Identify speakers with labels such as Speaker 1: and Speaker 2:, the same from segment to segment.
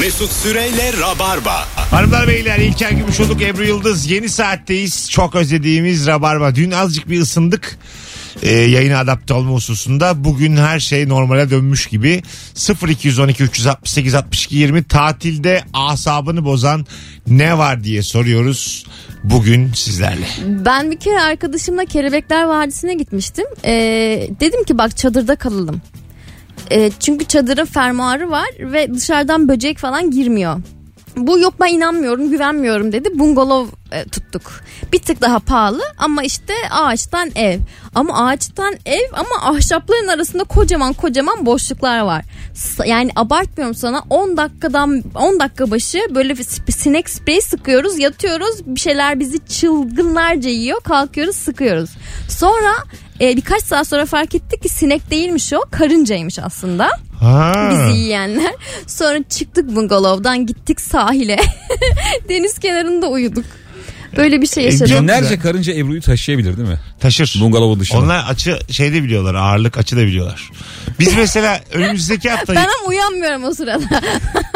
Speaker 1: Mesut Süreyle Rabarba.
Speaker 2: Hanımlar beyler İlker Gümüşoluk Ebru Yıldız yeni saatteyiz. Çok özlediğimiz Rabarba. Dün azıcık bir ısındık. Ee, yayına adapte olma hususunda bugün her şey normale dönmüş gibi 0212 368 62 20 tatilde asabını bozan ne var diye soruyoruz bugün sizlerle.
Speaker 3: Ben bir kere arkadaşımla Kelebekler Vadisi'ne gitmiştim. Ee, dedim ki bak çadırda kalalım. Ee, çünkü çadırın fermuarı var ve dışarıdan böcek falan girmiyor. Bu yok ben inanmıyorum güvenmiyorum dedi. Bungalov e, tuttuk. Bir tık daha pahalı ama işte ağaçtan ev. Ama ağaçtan ev ama ahşapların arasında kocaman kocaman boşluklar var. S- Yani abartmıyorum sana 10 dakikadan 10 dakika başı böyle bir sp- sinek spreyi sıkıyoruz yatıyoruz bir şeyler bizi çılgınlarca yiyor kalkıyoruz sıkıyoruz. Sonra e, birkaç saat sonra fark ettik ki sinek değilmiş o karıncaymış aslında
Speaker 2: Ha.
Speaker 3: bizi yiyenler. Sonra çıktık bungalovdan gittik sahile. Deniz kenarında uyuduk. Böyle bir şey yaşadım.
Speaker 2: E, Çok
Speaker 4: Binlerce
Speaker 2: güzel.
Speaker 4: karınca Ebru'yu taşıyabilir değil mi?
Speaker 2: Taşır.
Speaker 4: Bungalov dışında.
Speaker 2: Onlar açı şeyde biliyorlar ağırlık açı da biliyorlar. Biz mesela önümüzdeki hafta
Speaker 3: Ben ama uyanmıyorum o sırada.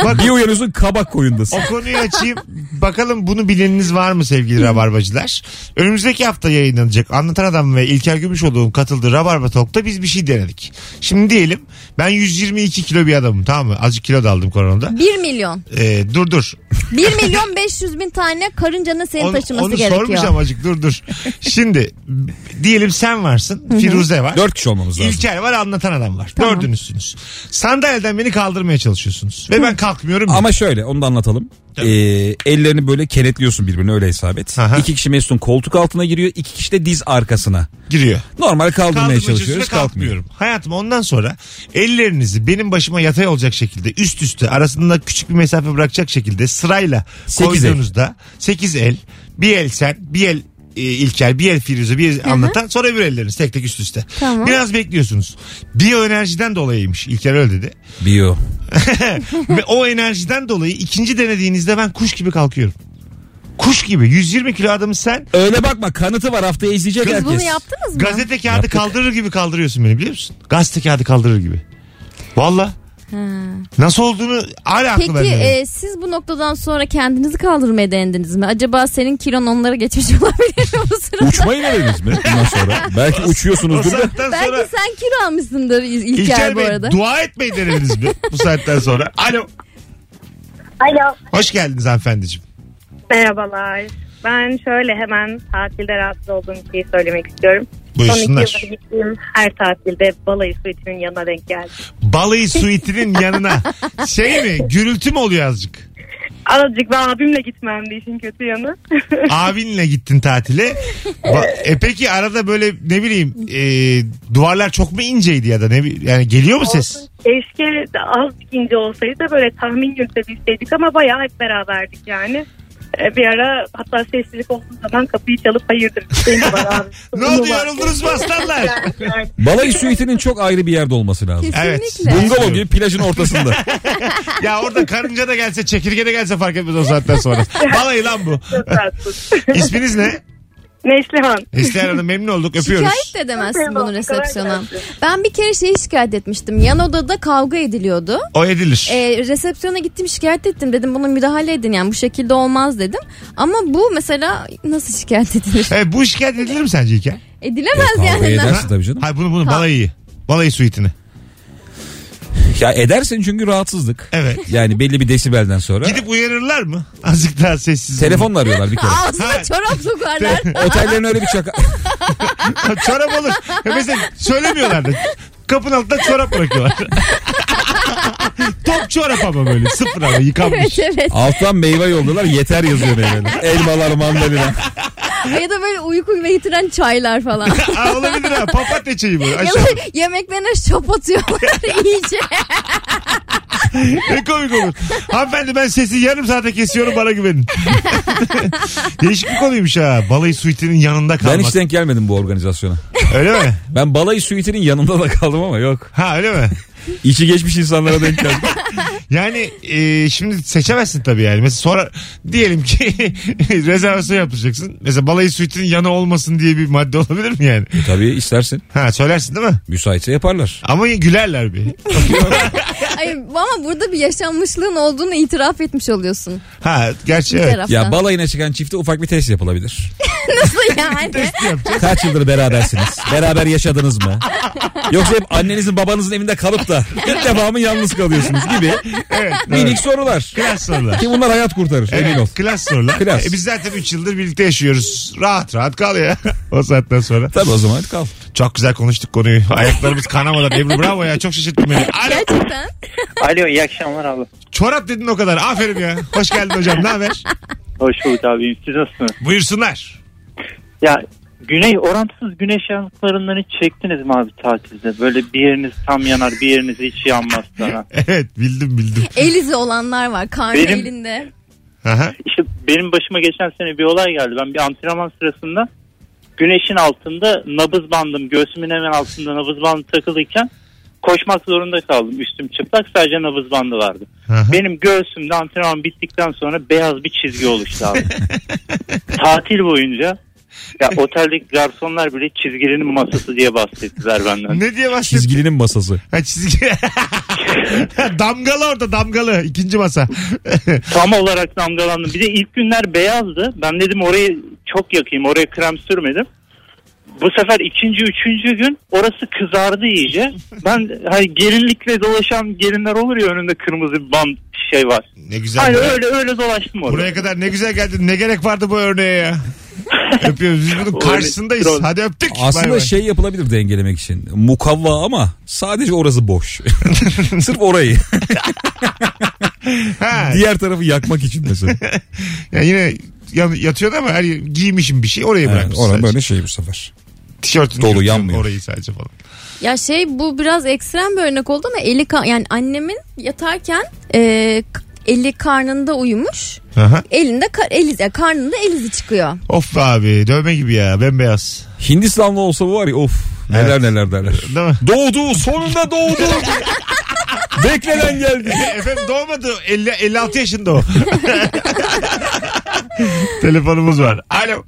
Speaker 2: Bak-
Speaker 4: Bir uyanıyorsun kabak koyundasın.
Speaker 2: O konuyu açayım. Bakalım bunu bileniniz var mı sevgili Rabarbacılar? Önümüzdeki hafta yayınlanacak Anlatan Adam ve İlker Gümüşoğlu'nun katıldığı Rabarba Talk'ta biz bir şey denedik. Şimdi diyelim ben 122 kilo bir adamım tamam mı? Azıcık kilo da aldım koronada.
Speaker 3: 1 milyon.
Speaker 2: Ee, dur dur.
Speaker 3: 1 milyon 500 bin tane karıncanın senin
Speaker 2: Onu,
Speaker 3: taşıması
Speaker 2: onu
Speaker 3: gerekiyor.
Speaker 2: sormayacağım azıcık dur dur. Şimdi diyelim sen varsın. Firuze var.
Speaker 4: Dört kişi olmamız lazım.
Speaker 2: İlker var anlatan adam var.
Speaker 3: Tamam.
Speaker 2: Dördünüzsünüz. Sandalyeden beni kaldırmaya çalışıyorsunuz. Ve ben kalkmıyorum. ya.
Speaker 4: Ama şöyle onu da anlatalım.
Speaker 2: Tabii.
Speaker 4: Ee, ellerini böyle kenetliyorsun birbirine öyle hesap et.
Speaker 2: Aha.
Speaker 4: İki kişi Mesut'un koltuk altına giriyor. iki kişi de diz arkasına.
Speaker 2: giriyor.
Speaker 4: Normal kaldırmaya
Speaker 2: Kaldırmaya
Speaker 4: çalışıyoruz. Kalkmıyor.
Speaker 2: kalkmıyorum. Hayatım ondan sonra ellerinizi benim başıma yatay olacak şekilde üst üste arasında küçük bir mesafe bırakacak şekilde sırayla
Speaker 4: Sekiz el.
Speaker 2: koyduğunuzda 8 el bir el sen bir el e, İlker bir el Firuze bir el anlatan sonra öbür elleriniz tek tek üst üste.
Speaker 3: Tamam.
Speaker 2: Biraz bekliyorsunuz. Biyoenerjiden dolayıymış İlker öyle dedi.
Speaker 4: Biyo.
Speaker 2: Ve o enerjiden dolayı ikinci denediğinizde ben kuş gibi kalkıyorum. Kuş gibi 120 kilo adamı sen
Speaker 4: Öyle bakma kanıtı var haftaya izleyecek
Speaker 3: Siz
Speaker 4: herkes.
Speaker 3: bunu yaptınız mı?
Speaker 2: Gazete kağıdı
Speaker 4: Yaptık.
Speaker 2: kaldırır gibi kaldırıyorsun beni biliyor musun? Gazete kağıdı kaldırır gibi. Valla. Nasıl olduğunu hala aklımda.
Speaker 3: Peki
Speaker 2: değil.
Speaker 3: e, siz bu noktadan sonra kendinizi kaldırmaya denediniz mi? Acaba senin kilon onlara geçmiş olabilir mi bu sırada?
Speaker 4: Uçmayı denediniz mi bundan sonra? Belki
Speaker 2: o
Speaker 4: uçuyorsunuzdur da.
Speaker 2: saatten sonra
Speaker 3: Belki sen kilo almışsındır İl- İlker,
Speaker 2: İlker
Speaker 3: bu
Speaker 2: Bey
Speaker 3: arada.
Speaker 2: dua etmeyi denediniz mi bu saatten sonra? Alo.
Speaker 5: Alo.
Speaker 2: Hoş geldiniz hanımefendiciğim.
Speaker 5: Merhabalar. Ben şöyle hemen tatilde rahatsız olduğum şeyi söylemek istiyorum.
Speaker 2: Buyursunlar.
Speaker 5: Son iki yılda gittiğim her tatilde balayı suitinin yanına denk geldi.
Speaker 2: Balayı suitinin yanına şey mi gürültü mü oluyor azıcık?
Speaker 5: Azıcık ben abimle gitmemdi işin kötü yanı.
Speaker 2: Abinle gittin tatile. Ba- e peki arada böyle ne bileyim e, duvarlar çok mu inceydi ya da ne bi- yani geliyor mu ses?
Speaker 5: Keşke de azıcık ince olsaydı da böyle tahmin yürütebilseydik ama bayağı hep beraberdik yani. Ee, Bir ara hatta sessizlik olduğu zaman kapıyı çalıp hayırdır. Benim var abi.
Speaker 2: Ne oldu yoruldunuz mu aslanlar?
Speaker 4: Balayı suitinin çok ayrı bir yerde olması lazım.
Speaker 3: Kesinlikle.
Speaker 2: Evet.
Speaker 4: Bungalov gibi plajın ortasında.
Speaker 2: Ya orada karınca da gelse çekirge de gelse fark etmez o saatten sonra. Balayı lan bu.
Speaker 5: Çok rahatsız.
Speaker 2: İsminiz ne?
Speaker 5: Neslihan.
Speaker 2: Neslihan Hanım memnun olduk öpüyoruz.
Speaker 3: Şikayet de edemezsin bunu
Speaker 5: Tamam,
Speaker 3: resepsiyona.
Speaker 5: kolay gelsin.
Speaker 3: Ben bir kere şeyi şikayet etmiştim. Yan odada kavga ediliyordu.
Speaker 2: O edilir.
Speaker 3: Ee, resepsiyona gittim şikayet ettim dedim bunu müdahale edin yani bu şekilde olmaz dedim. Ama bu mesela nasıl şikayet edilir?
Speaker 2: E, bu şikayet edilir mi sence İlker?
Speaker 3: Edilemez
Speaker 4: Yok, kavga
Speaker 3: yani.
Speaker 4: eder. Nasıl tabii canım?
Speaker 2: Hayır bunu bunu
Speaker 3: Ha.
Speaker 2: balayı. Balayı suitini.
Speaker 4: ya edersin çünkü rahatsızlık.
Speaker 2: Evet.
Speaker 4: Yani belli bir desibelden sonra.
Speaker 2: Gidip uyarırlar mı? Azıcık daha sessiz. olun.
Speaker 4: Telefonla arıyorlar bir kere.
Speaker 3: Ağzına çorap sokarlar.
Speaker 4: Otellerin öyle bir şaka.
Speaker 2: çorap olur. Ya mesela söylemiyorlar da. Kapının altında çorap bırakıyorlar. Top çorap ama böyle sıfır ama yıkanmış.
Speaker 3: evet evet.
Speaker 4: Alttan meyve yolluyorlar yeter yazıyor meyveler. Elmalar mandalina.
Speaker 3: ya da böyle uyku ve yitiren çaylar falan.
Speaker 2: Aa, olabilir ha. Papatya çayı bu.
Speaker 3: ya
Speaker 2: Aşağı.
Speaker 3: da yemeklerine şop atıyorlar iyice.
Speaker 2: Ne komik olur. Hanımefendi ben sesi yarım saate kesiyorum bana güvenin. Değişik bir konuymuş ha. Balayı suitinin yanında kalmak.
Speaker 4: Ben hiç denk gelmedim bu organizasyona.
Speaker 2: Öyle mi?
Speaker 4: Ben balayı suitinin yanında da kaldım ama yok.
Speaker 2: Ha öyle mi?
Speaker 4: İçi geçmiş insanlara denk geldim.
Speaker 2: Yani e, şimdi seçemezsin tabii yani. Mesela sonra diyelim ki rezervasyon yaptıracaksın. Mesela balayı suite'in yanı olmasın diye bir madde olabilir mi yani?
Speaker 4: Tabii istersin.
Speaker 2: Ha söylersin değil mi?
Speaker 4: Müsaitse yaparlar.
Speaker 2: Ama gülerler bir.
Speaker 3: Ay, ama burada bir yaşanmışlığın olduğunu itiraf etmiş oluyorsun
Speaker 2: Ha gerçi
Speaker 3: bir
Speaker 2: evet.
Speaker 3: taraftan.
Speaker 4: Ya balayına çıkan çifte ufak bir test yapılabilir.
Speaker 3: Nasıl yani?
Speaker 4: Kaç yıldır berabersiniz? Beraber yaşadınız mı? Yoksa hep annenizin babanızın evinde kalıp da ilk defa mı yalnız kalıyorsunuz gibi
Speaker 2: evet,
Speaker 4: minik sorular.
Speaker 2: Klas sorular.
Speaker 4: Ki bunlar hayat kurtarır emin ol.
Speaker 2: Evet, klas sorular.
Speaker 4: Klas.
Speaker 2: E, biz zaten 3 yıldır birlikte yaşıyoruz. Rahat rahat kal ya o saatten sonra.
Speaker 4: Tabii o zaman hadi kal.
Speaker 2: Çok güzel konuştuk konuyu. Ayaklarımız kanamadan. Ebru bravo ya çok şaşırttın beni. Alo.
Speaker 3: Gerçekten.
Speaker 6: Alo iyi akşamlar abi.
Speaker 2: Çorap dedin o kadar. Aferin ya. Hoş geldin hocam. Ne haber?
Speaker 6: Hoş bulduk abi. Siz nasılsınız?
Speaker 2: Buyursunlar.
Speaker 6: Ya güney orantısız güneş yanıklarından hiç çektiniz mi abi tatilde? Böyle bir yeriniz tam yanar bir yeriniz hiç yanmaz sana.
Speaker 2: Evet bildim bildim.
Speaker 3: El izi olanlar var. Karnı
Speaker 6: Benim-
Speaker 3: elinde.
Speaker 2: Aha.
Speaker 6: İşte benim başıma geçen sene bir olay geldi. Ben bir antrenman sırasında güneşin altında nabız bandım. Göğsümün hemen altında nabız bandı takılıyken koşmak zorunda kaldım. Üstüm çıplak sadece nabız bandı vardı.
Speaker 2: aha.
Speaker 6: Benim göğsümde antrenman bittikten sonra beyaz bir çizgi oluştu abi. Tatil boyunca ya oteldeki garsonlar bile çizgilinin masası diye bahsettiler benden.
Speaker 2: Ne diye bahsettin?
Speaker 4: Çizgilinin masası.
Speaker 2: Ha çizgi. damgalı orada damgalı. ikinci masa.
Speaker 6: Tam olarak damgalandım. Bir de ilk günler beyazdı. Ben dedim orayı çok yakayım. Oraya krem sürmedim. Bu sefer ikinci, üçüncü gün orası kızardı iyice. Ben hani gelinlikle dolaşan gelinler olur ya önünde kırmızı bir band şey var.
Speaker 2: ne güzel.
Speaker 6: Hani
Speaker 2: be.
Speaker 6: öyle öyle dolaştım orada.
Speaker 2: Buraya kadar ne güzel geldin. Ne gerek vardı bu örneğe ya? Öpüyoruz. Biz bunun karşısındayız.
Speaker 6: Öyle.
Speaker 2: Hadi öptük.
Speaker 4: Aslında
Speaker 2: Bay bay.
Speaker 4: şey yapılabilir dengelemek için. Mukavva ama sadece orası boş. Sırf orayı.
Speaker 2: Ha,
Speaker 4: Diğer tarafı yakmak için mesela.
Speaker 2: yani yine ya- yatıyordu ama her yer- giymişim bir şey. Orayı
Speaker 4: Yani
Speaker 2: bırakmışsın.
Speaker 4: oran
Speaker 2: sadece.
Speaker 4: böyle şey bu sefer.
Speaker 2: Tişörtünü
Speaker 4: Dolu,
Speaker 2: yırtıyorsun
Speaker 4: yanmıyor.
Speaker 2: Orayı sadece falan.
Speaker 3: Ya şey bu biraz ekstrem bir örnek oldu ama eli ka- yani annemin yatarken e, k- eli karnında uyumuş.
Speaker 2: Aha.
Speaker 3: Elinde ka- el izi, karnında el izi çıkıyor.
Speaker 2: Of be abi dövme gibi ya bembeyaz.
Speaker 4: Hindistanlı olsa bu var ya of neler
Speaker 2: Evet.
Speaker 4: neler derler.
Speaker 2: Değil mi?
Speaker 4: Doğdu sonunda doğdu. Beklenen geldi.
Speaker 2: Efendim doğmadı 50, 56 yaşında o. Telefonumuz var. Alo.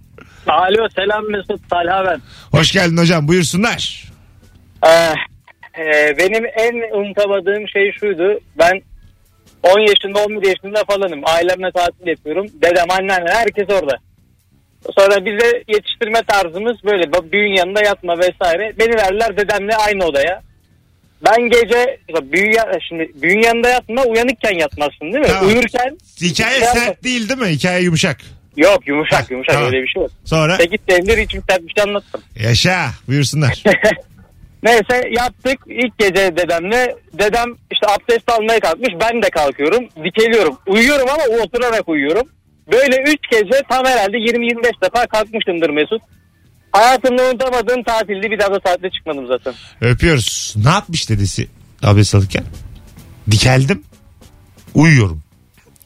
Speaker 7: Alo selam Mesut Talha ben.
Speaker 2: Hoş geldin hocam buyursunlar.
Speaker 7: Eh, eh, benim en unutamadığım şey şuydu. Ben 10 yaşında 11 yaşında falanım. Ailemle tatil yapıyorum. Dedem anneanne herkes orada. Sonra bize yetiştirme tarzımız böyle ba- büyüğün yanında yatma vesaire. Beni verdiler dedemle aynı odaya. Ben gece mesela büyü ya- şimdi büyüğün yanında yatma uyanıkken yatmazsın değil mi?
Speaker 2: Tamam.
Speaker 7: Uyurken
Speaker 2: Hikaye
Speaker 7: Yapma.
Speaker 2: sert değil değil mi? Hikaye yumuşak.
Speaker 7: yok yumuşak yumuşak
Speaker 2: Tamam.
Speaker 7: öyle bir şey yok.
Speaker 2: Sonra
Speaker 7: Ve git demir için bir şey anlattım.
Speaker 2: yaşa buyursunlar.
Speaker 7: Neyse yaptık ilk gece dedemle. Dedem işte abdest almaya kalkmış. Ben de kalkıyorum. Dikeliyorum. Uyuyorum ama oturarak uyuyorum. Böyle üç gece tam herhalde 20-25 defa kalkmışımdır Mesut. Hayatımda unutamadığım tatildi. Bir daha da tatile çıkmadım zaten.
Speaker 2: Öpüyoruz. Ne yapmış dedesi abdest alırken? Dikeldim. Uyuyorum.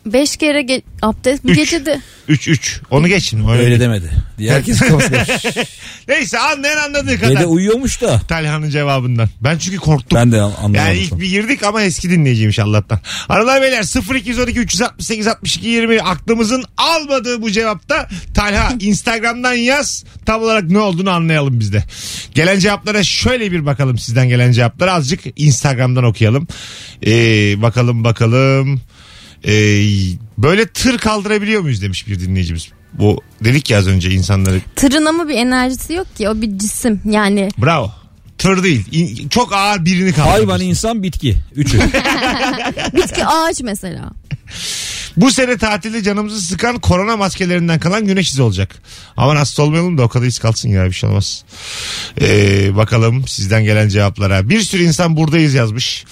Speaker 3: Beş kere ge- abdest bu
Speaker 2: Üç.
Speaker 3: gecede.
Speaker 2: 3-3. Onu geç şimdi. Öyle.
Speaker 4: Öyle demedi. Herkes korkmuş.
Speaker 2: Neyse anlayan anladığı kadar.
Speaker 4: Dede uyuyormuş da.
Speaker 2: Talha'nın cevabından. Ben çünkü korktum.
Speaker 4: Ben de anlamadım.
Speaker 2: Yani ilk bir girdik ama eski dinleyiciymiş Allah'tan. Aralar beyler 0212 368 62 20 aklımızın almadığı bu cevapta Talha Instagram'dan yaz tam olarak ne olduğunu anlayalım biz de. Gelen cevaplara şöyle bir bakalım sizden gelen cevapları azıcık Instagram'dan okuyalım. Ee, bakalım bakalım. Ee, böyle tır kaldırabiliyor muyuz demiş bir dinleyicimiz. Bu dedik ya az önce insanları
Speaker 3: Tırın ama bir enerjisi yok ki o bir cisim yani.
Speaker 2: bravo. Tır değil. İn- çok ağır birini kaldırmış.
Speaker 4: Hayvan, insan, bitki. Üçü.
Speaker 3: Bitki ağaç mesela.
Speaker 2: Bu sene tatilde canımızı sıkan korona maskelerinden kalan güneş izi olacak. Aman hasta olmayalım da o kadar iz kalsın ya bir şey olmaz. Ee, bakalım sizden gelen cevaplara. Bir sürü insan buradayız yazmış.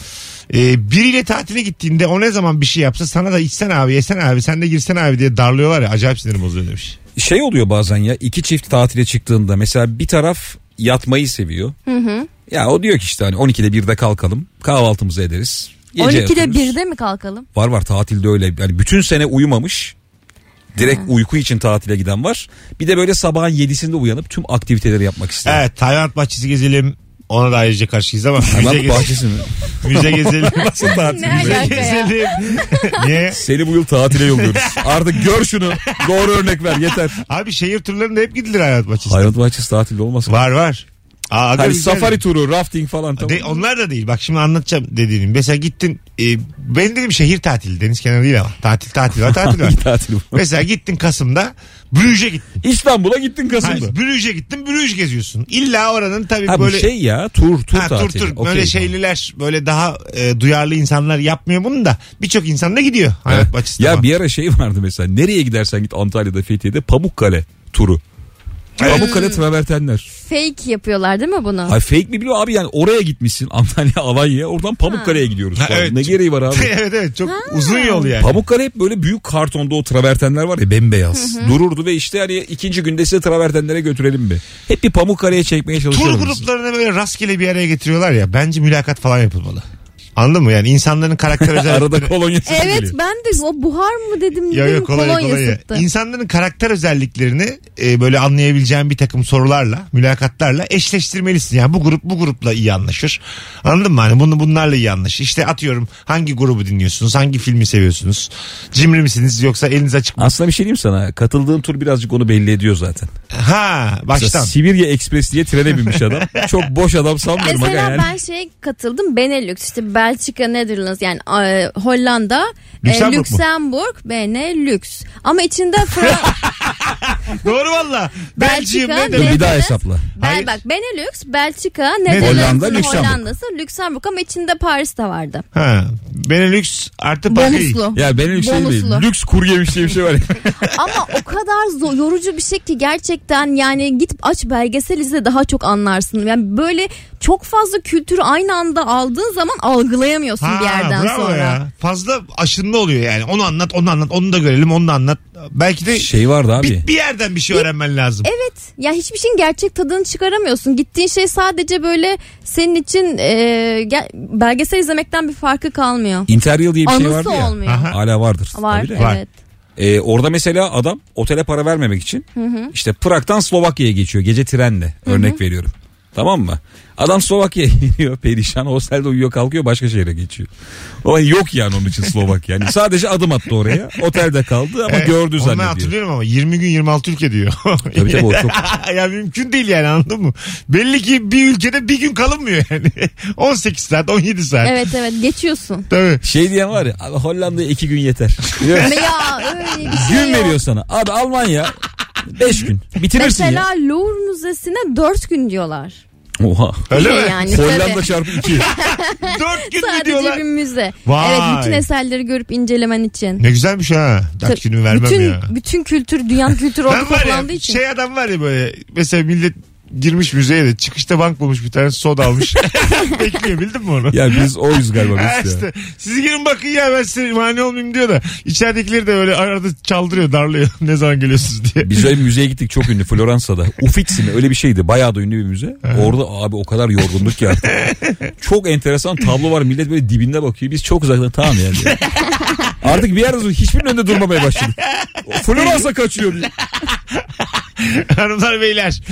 Speaker 2: Ee, biriyle tatile gittiğinde o ne zaman bir şey yapsa sana da içsen abi yesen abi sen de girsen abi diye darlıyorlar ya acayip sinirim bozuyor demiş.
Speaker 4: şey oluyor bazen ya iki çift tatile çıktığında mesela bir taraf yatmayı seviyor. Ya o diyor ki işte hani 12'de 1'de kalkalım kahvaltımızı ederiz. Gece
Speaker 3: 12'de
Speaker 4: yatarız.
Speaker 3: 1'de mi kalkalım?
Speaker 4: Var var tatilde öyle yani bütün sene uyumamış. Direkt uyku için tatile giden var. Bir de böyle sabahın 7'sinde uyanıp tüm aktiviteleri yapmak isteyen.
Speaker 2: Evet Tayland bahçesi gezelim Ona da ayrıca karşıyız ama müze,
Speaker 4: Hayvan
Speaker 2: gez-
Speaker 4: bahçesi mi?
Speaker 2: müze gezelim.
Speaker 4: Nasıl tatil?
Speaker 3: Ne
Speaker 2: müze
Speaker 3: alaka ya?
Speaker 2: gezelim. Niye?
Speaker 4: Seni bu yıl tatile yolluyoruz. Artık gör şunu. Doğru örnek ver yeter.
Speaker 2: Abi şehir turlarında hep gidilir hayat bahçesi.
Speaker 4: Hayvanat bahçesi tatilde olmaz.
Speaker 2: Var var. Aa, aga
Speaker 4: Hani
Speaker 2: güzel.
Speaker 4: safari turu, rafting falan tamam.
Speaker 2: De, onlar da değil. Bak şimdi anlatacağım dediğim. Mesela gittin. E, ben dedim şehir tatili. Deniz kenarı değil ama. Tatil tatil var tatil var.
Speaker 4: Hangi tatil bu?
Speaker 2: Mesela gittin Kasım'da Brüj'e gittin.
Speaker 4: İstanbul'a gittin Kasım'da.
Speaker 2: Hayır, Brüj'e gittin Brüj geziyorsun. İlla oranın tabii
Speaker 4: Ha bu
Speaker 2: böyle...
Speaker 4: şey ya tur tur
Speaker 2: Ha, tur
Speaker 4: tatili.
Speaker 2: tur
Speaker 4: Okey.
Speaker 2: böyle şeyliler böyle daha e, duyarlı insanlar yapmıyor bunu da birçok insan da gidiyor hayat
Speaker 4: Evet.
Speaker 2: bahçesine.
Speaker 4: Ya
Speaker 2: falan.
Speaker 4: bir ara şey vardı mesela. Nereye gidersen git Antalya'da Fethiye'de Pamukkale turu.
Speaker 2: Ee,
Speaker 4: Pamukkale travertenler.
Speaker 3: Fake yapıyorlar değil mi
Speaker 2: Ah.
Speaker 3: bunu?
Speaker 4: Ay fake mi biliyor abi yani oraya gitmişsin Antalya Alanya'ya oradan Pamukkale'ye gidiyoruz.
Speaker 2: Ha,
Speaker 4: falan.
Speaker 2: evet.
Speaker 4: Ne gereği var abi?
Speaker 2: evet evet çok uzun yol yani.
Speaker 4: Pamukkale hep böyle büyük kartonda o travertenler var ya bembeyaz. Dururdu ve işte hani ikinci günde size travertenlere götürelim mi? Hep bir Pamukkale'ye çekmeye
Speaker 2: Tur
Speaker 4: çalışıyoruz.
Speaker 2: gruplarını böyle rastgele bir araya getiriyorlar ya bence mülakat falan yapılmalı. Anladın mı? Yani insanların karakter özellikleri...
Speaker 4: Arada kolonya sesi
Speaker 3: Evet
Speaker 4: geliyor.
Speaker 3: ben de o buhar mı dedim
Speaker 2: Ya
Speaker 3: dedim
Speaker 2: ya kolay
Speaker 3: kolonya
Speaker 2: kolay.
Speaker 3: sıktı.
Speaker 2: İnsanların karakter özelliklerini e, böyle anlayabileceğim bir takım sorularla, mülakatlarla eşleştirmelisin. Yani bu grup bu grupla iyi anlaşır. Anladın mı? Hani bunu bunlarla iyi anlaşır. İşte atıyorum hangi grubu dinliyorsunuz, hangi filmi seviyorsunuz? Cimri misiniz yoksa eliniz açık mı?
Speaker 4: Aslında bir şey diyeyim sana. Katıldığın tur birazcık onu belli ediyor zaten.
Speaker 2: Ha,
Speaker 4: Mesela
Speaker 2: baştan.
Speaker 4: Sibirya Ekspres diye trene binmiş adam. Çok boş adam sanmıyorum. aga
Speaker 3: Mesela
Speaker 4: yani.
Speaker 3: ben şeye katıldım Benelux işte Belçika Netherlands yani e, Hollanda e,
Speaker 2: Lüksemburg mu?
Speaker 3: Lüksemburg Benelux ama içinde Fra-
Speaker 2: Doğru valla. Belçiyim
Speaker 3: Belçika,
Speaker 2: ne
Speaker 4: Dur
Speaker 2: demek?
Speaker 4: bir daha
Speaker 3: Netherlands-
Speaker 4: hesapla.
Speaker 2: Hayır.
Speaker 3: Bel, bak Benelux Belçika Netherlands
Speaker 4: Hollanda,
Speaker 3: Hollanda'sı
Speaker 4: Lüksemburg.
Speaker 3: Hollanda'sı Lüksemburg ama içinde Paris de vardı.
Speaker 2: Ha, Benelux artı Paris.
Speaker 3: Bonuslu.
Speaker 4: Ya benim şey değil.
Speaker 3: Bonuslu.
Speaker 4: Lüks kuryemiş diye bir şey var. ya.
Speaker 3: Ama o kadar zo- yorucu bir şey ki gerçekten yani git aç belgesel izle daha çok anlarsın. Yani böyle çok fazla kültürü aynı anda aldığın zaman algılayamıyorsun bir yerden
Speaker 2: bravo
Speaker 3: sonra.
Speaker 2: ya. Fazla aşınma oluyor yani. Onu anlat, onu anlat, onu da görelim, onu da anlat. Belki de
Speaker 4: şey vardı abi.
Speaker 2: bir, bir yerden bir şey öğrenmen lazım.
Speaker 3: Evet. Ya hiçbir şeyin gerçek tadını çıkaramıyorsun. Gittiğin şey sadece böyle senin için e, gel- belgesel izlemekten bir farkı kalmıyor.
Speaker 4: Interrail diye bir şey
Speaker 3: Anısı
Speaker 4: vardı ya.
Speaker 3: olmuyor.
Speaker 2: Aha.
Speaker 4: Hala vardır.
Speaker 3: Var,
Speaker 4: tabii de.
Speaker 2: Var.
Speaker 3: evet.
Speaker 4: Ee, orada mesela adam otele para vermemek için işte Prag'dan Slovakya'ya geçiyor gece trenle örnek veriyorum. Tamam mı? Adam Slovakya'ya iniyor perişan hostelde uyuyor kalkıyor başka şehre geçiyor. O yok yani onun için Slovakya. Yani sadece adım attı oraya. Otelde kaldı ama
Speaker 2: Evet,
Speaker 4: gördü
Speaker 2: onu
Speaker 4: zannediyor.
Speaker 2: hatırlıyorum ama 20 gün 26 ülke diyor.
Speaker 4: Tabii tabii o çok-
Speaker 2: ya mümkün değil yani anladın mı? Belli ki bir ülkede bir gün kalınmıyor yani. 18 saat 17 saat.
Speaker 3: Evet evet geçiyorsun.
Speaker 2: Tabii.
Speaker 4: Şey diyen var ya "Abi Hollanda'ya iki gün yeter.
Speaker 3: ya öyle bir şey
Speaker 4: gün
Speaker 3: yok.
Speaker 4: veriyor sana. Abi Almanya beş gün. Bitirirsin
Speaker 3: Mesela Louvre Müzesi'ne 4 gün diyorlar.
Speaker 4: ya. Oha.
Speaker 2: Öyle
Speaker 3: Şey
Speaker 2: mi?
Speaker 3: Yani tabii.
Speaker 4: Hollanda çarpı iki.
Speaker 2: 4 gün mü
Speaker 3: Sadece
Speaker 2: diyorlar?
Speaker 3: bir müze.
Speaker 2: Vay.
Speaker 3: Evet bütün eserleri görüp incelemen için.
Speaker 2: Ne güzelmiş ha. Dakikini vermem
Speaker 3: bütün,
Speaker 2: ya.
Speaker 3: bütün kültür, dünya kültürü orada
Speaker 2: Ben var ya
Speaker 3: toplandığı için.
Speaker 2: şey adam var ya böyle mesela millet girmiş müzeye de çıkışta bank bulmuş bir tane soda almış. Bekliyor bildin mi onu?
Speaker 4: Ya biz oyuz galiba
Speaker 2: Ha
Speaker 4: biz ya.
Speaker 2: işte. Siz girin bakın ya ben size mani olmayayım diyor da içeridekileri de böyle arada çaldırıyor darlıyor ne zaman geliyorsunuz diye.
Speaker 4: Biz öyle bir müzeye gittik çok ünlü Floransa'da. Uffizi mi öyle bir şeydi. Bayağı da ünlü bir müze. Orada abi o kadar yorgunduk ki artık. çok enteresan tablo var. Millet böyle dibinde bakıyor. Biz çok uzaktan tamam yani. artık bir yerde hiçbirinin önünde durmamaya başladık. Floransa kaçıyor. diye.
Speaker 2: Hanımlar beyler.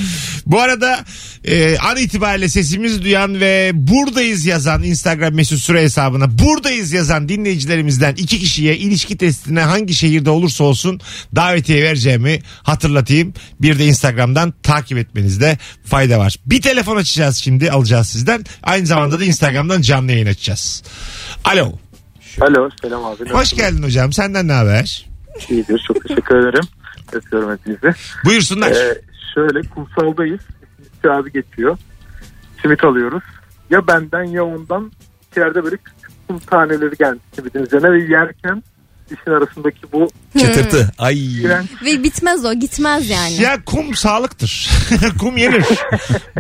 Speaker 2: Bu arada e, an itibariyle sesimiz duyan ve buradayız yazan Instagram mesut süre hesabına buradayız yazan dinleyicilerimizden iki kişiye ilişki testine hangi şehirde olursa olsun davetiye vereceğimi hatırlatayım. Bir de Instagram'dan takip etmenizde fayda var. Bir telefon açacağız şimdi alacağız sizden. Aynı zamanda da Instagram'dan canlı yayın açacağız. Alo.
Speaker 8: Alo selam abi.
Speaker 2: Hoş geldin hocam. Senden ne haber?
Speaker 8: İyidir çok teşekkür ederim. Öpüyorum hepinizi.
Speaker 2: Buyursunlar.
Speaker 8: Ee, şöyle kumsaldayız. İsmitçi abi geçiyor. Simit alıyoruz. Ya benden ya ondan içeride böyle küçük kum taneleri gelmiş simitin üzerine ve yerken dişin arasındaki bu
Speaker 4: Çatırtı. Ay.
Speaker 8: giren
Speaker 3: Ve bitmez o gitmez yani.
Speaker 2: Ya kum sağlıktır. kum yenir.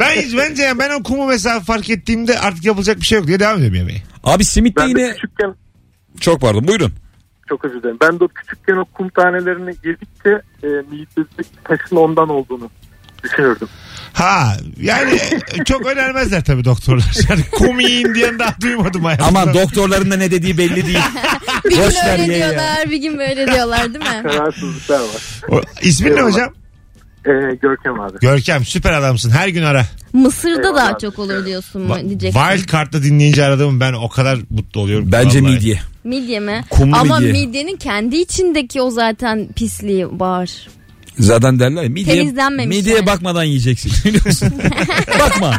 Speaker 2: ben hiç- bence yani ben o kumu mesela fark ettiğimde artık yapılacak bir şey yok diye devam ediyorum yemeğe.
Speaker 4: Abi simit de
Speaker 8: ben de
Speaker 4: yine
Speaker 8: küçükken
Speaker 4: çok pardon buyurun.
Speaker 8: çok özür dilerim. Ben de o küçükken o kum tanelerini yedikçe e, midedeki taşın ondan olduğunu düşünürdüm.
Speaker 2: Ha yani çok önermezler tabii doktorlar. Yani kum yiyin diyen daha duymadım hayatımda.
Speaker 4: Aman doktorların da ne dediği belli değil.
Speaker 3: Bir gün
Speaker 4: Boş ver
Speaker 3: öyle
Speaker 4: ye ya.
Speaker 3: diyorlar, bir gün böyle diyorlar değil mi?
Speaker 8: Kararsızlıklar var.
Speaker 2: O- İsmin ne
Speaker 8: Eyvallah.
Speaker 2: hocam?
Speaker 8: Ee, Ee, Görkem abi.
Speaker 2: Görkem süper adamsın. Her gün ara.
Speaker 3: Mısır'da
Speaker 8: Eyvallah
Speaker 3: daha
Speaker 8: abi.
Speaker 3: çok olur diyorsun mu
Speaker 2: Va-
Speaker 3: diyeceksin.
Speaker 2: Wild Card'da dinleyince aradığım ben o kadar mutlu oluyorum. ki
Speaker 4: Bence
Speaker 2: vallahi.
Speaker 4: midye.
Speaker 3: Midye mi?
Speaker 4: Kumru
Speaker 3: Ama
Speaker 4: midye.
Speaker 3: midyenin kendi içindeki o zaten pisliği var.
Speaker 4: Zaten derler ya midye,
Speaker 3: Temizlenmemiş
Speaker 4: midyeye
Speaker 3: yani.
Speaker 4: bakmadan yiyeceksin. Biliyorsun. Bakma.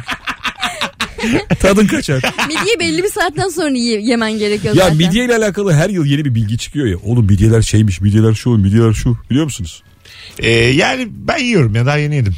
Speaker 4: Tadın kaçar.
Speaker 3: Midyeyi belli bir saatten sonra ye- yemen gerekiyor
Speaker 4: Ya
Speaker 3: zaten.
Speaker 4: midye ile alakalı her yıl yeni bir bilgi çıkıyor ya. Oğlum midyeler şeymiş, midyeler şu, midyeler şu. Biliyor musunuz?
Speaker 2: Ee, yani ben yiyorum ya daha yeni yedim.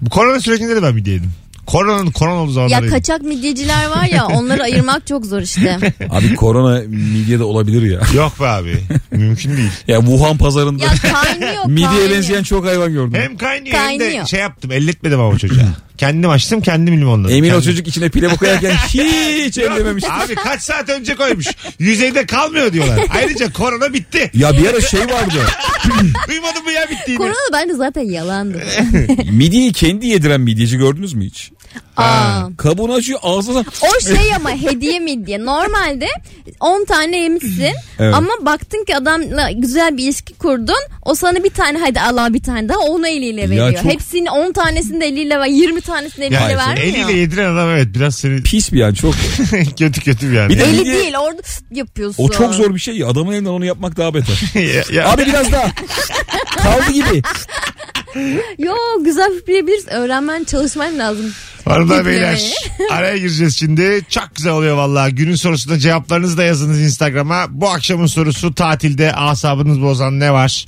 Speaker 2: Bu korona sürecinde de ben midye yedim. Koronanın korona olduğu zamanlar
Speaker 3: Ya
Speaker 2: yedim.
Speaker 3: kaçak midyeciler var ya onları ayırmak çok zor işte.
Speaker 4: Abi korona midye de olabilir ya.
Speaker 2: Yok be abi. Mümkün değil.
Speaker 4: Ya Wuhan pazarında
Speaker 3: Ya kaynıyor
Speaker 4: midyeye
Speaker 3: kaynıyor.
Speaker 4: benzeyen çok hayvan gördüm.
Speaker 2: Hem kaynıyor, hem de
Speaker 3: Kaynıyor.
Speaker 2: şey yaptım. Elletmedim ama o çocuğa. kendim açtım kendim limonladım.
Speaker 4: Emin o şey
Speaker 2: Kendim-
Speaker 4: çocuk içine pile koyarken hiç ellememiş.
Speaker 2: Abi kaç saat önce koymuş. Yüzeyde kalmıyor diyorlar. Ayrıca korona bitti.
Speaker 4: Ya bir ara şey vardı.
Speaker 2: Duymadın mı ya bittiğini?
Speaker 3: Korona da bence zaten yalandı.
Speaker 4: Midyeyi kendi yediren midyeci gördünüz mü hiç?
Speaker 3: Aa.
Speaker 4: Kabuğunu açıyor ağzına.
Speaker 3: O şey ama hediye midye. Normalde 10 tane yemişsin
Speaker 4: Evet.
Speaker 3: ama baktın ki adamla güzel bir ilişki kurdun. O sana bir tane hadi Allah bir tane daha onu eliyle veriyor.
Speaker 4: çok-
Speaker 3: Hepsini 10 tanesini de eliyle ver 20 tanesini eliyle
Speaker 2: Ya,
Speaker 3: vermiyor.
Speaker 2: eliyle yediren adam evet biraz seni
Speaker 4: Pis bir yani çok.
Speaker 2: kötü kötü yani.
Speaker 4: Bir de-
Speaker 3: Eli
Speaker 4: Midye-
Speaker 3: değil orada yapıyorsun.
Speaker 4: O çok zor bir şey ya. Adamın elinden onu yapmak daha beter.
Speaker 2: ya, ya-
Speaker 4: Abi biraz daha. Kaldı gibi.
Speaker 3: Yo güzel üfleyebilirsin. Öğrenmen çalışman lazım.
Speaker 2: Hanımlar
Speaker 3: Tipleme.
Speaker 2: beyler araya gireceğiz şimdi. Çok güzel oluyor vallahi. Günün sorusuna cevaplarınızı da yazınız Instagram'a. Bu akşamın sorusu tatilde asabınız bozan ne var?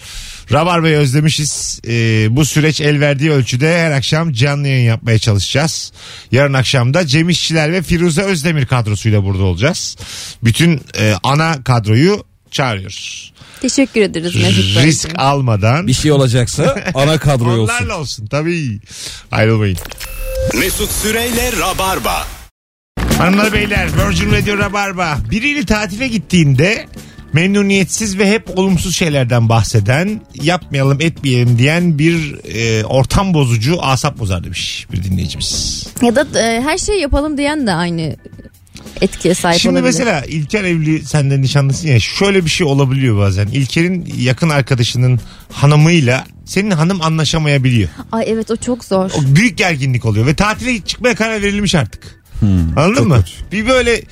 Speaker 2: Rabar Bey özlemişiz. Ee, bu süreç el verdiği ölçüde her akşam canlı yayın yapmaya çalışacağız. Yarın akşam da Cem İşçiler ve Firuze Özdemir kadrosuyla burada olacağız. Bütün e, ana kadroyu çağırıyoruz.
Speaker 3: Teşekkür ederiz. Mesut Bey.
Speaker 2: Risk almadan.
Speaker 4: Bir şey olacaksa ana kadroya olsun.
Speaker 2: Onlarla olsun tabii. Ayrılmayın.
Speaker 1: Mesut Süreyle Rabarba.
Speaker 2: Hanımlar beyler Virgin Radio Rabarba. Biriyle tatile gittiğinde memnuniyetsiz ve hep olumsuz şeylerden bahseden, yapmayalım etmeyelim diyen bir e, ortam bozucu asap bozar demiş bir dinleyicimiz.
Speaker 3: Ya da e, her şeyi yapalım diyen de aynı etkiye sahip
Speaker 2: Şimdi
Speaker 3: olabilir.
Speaker 2: mesela İlker evli senden nişanlısın ya şöyle bir şey olabiliyor bazen. İlker'in yakın arkadaşının hanımıyla senin hanım anlaşamayabiliyor.
Speaker 3: Ay evet o çok zor.
Speaker 2: O büyük gerginlik oluyor ve tatile çıkmaya karar verilmiş artık. Anladın mı? Bir böyle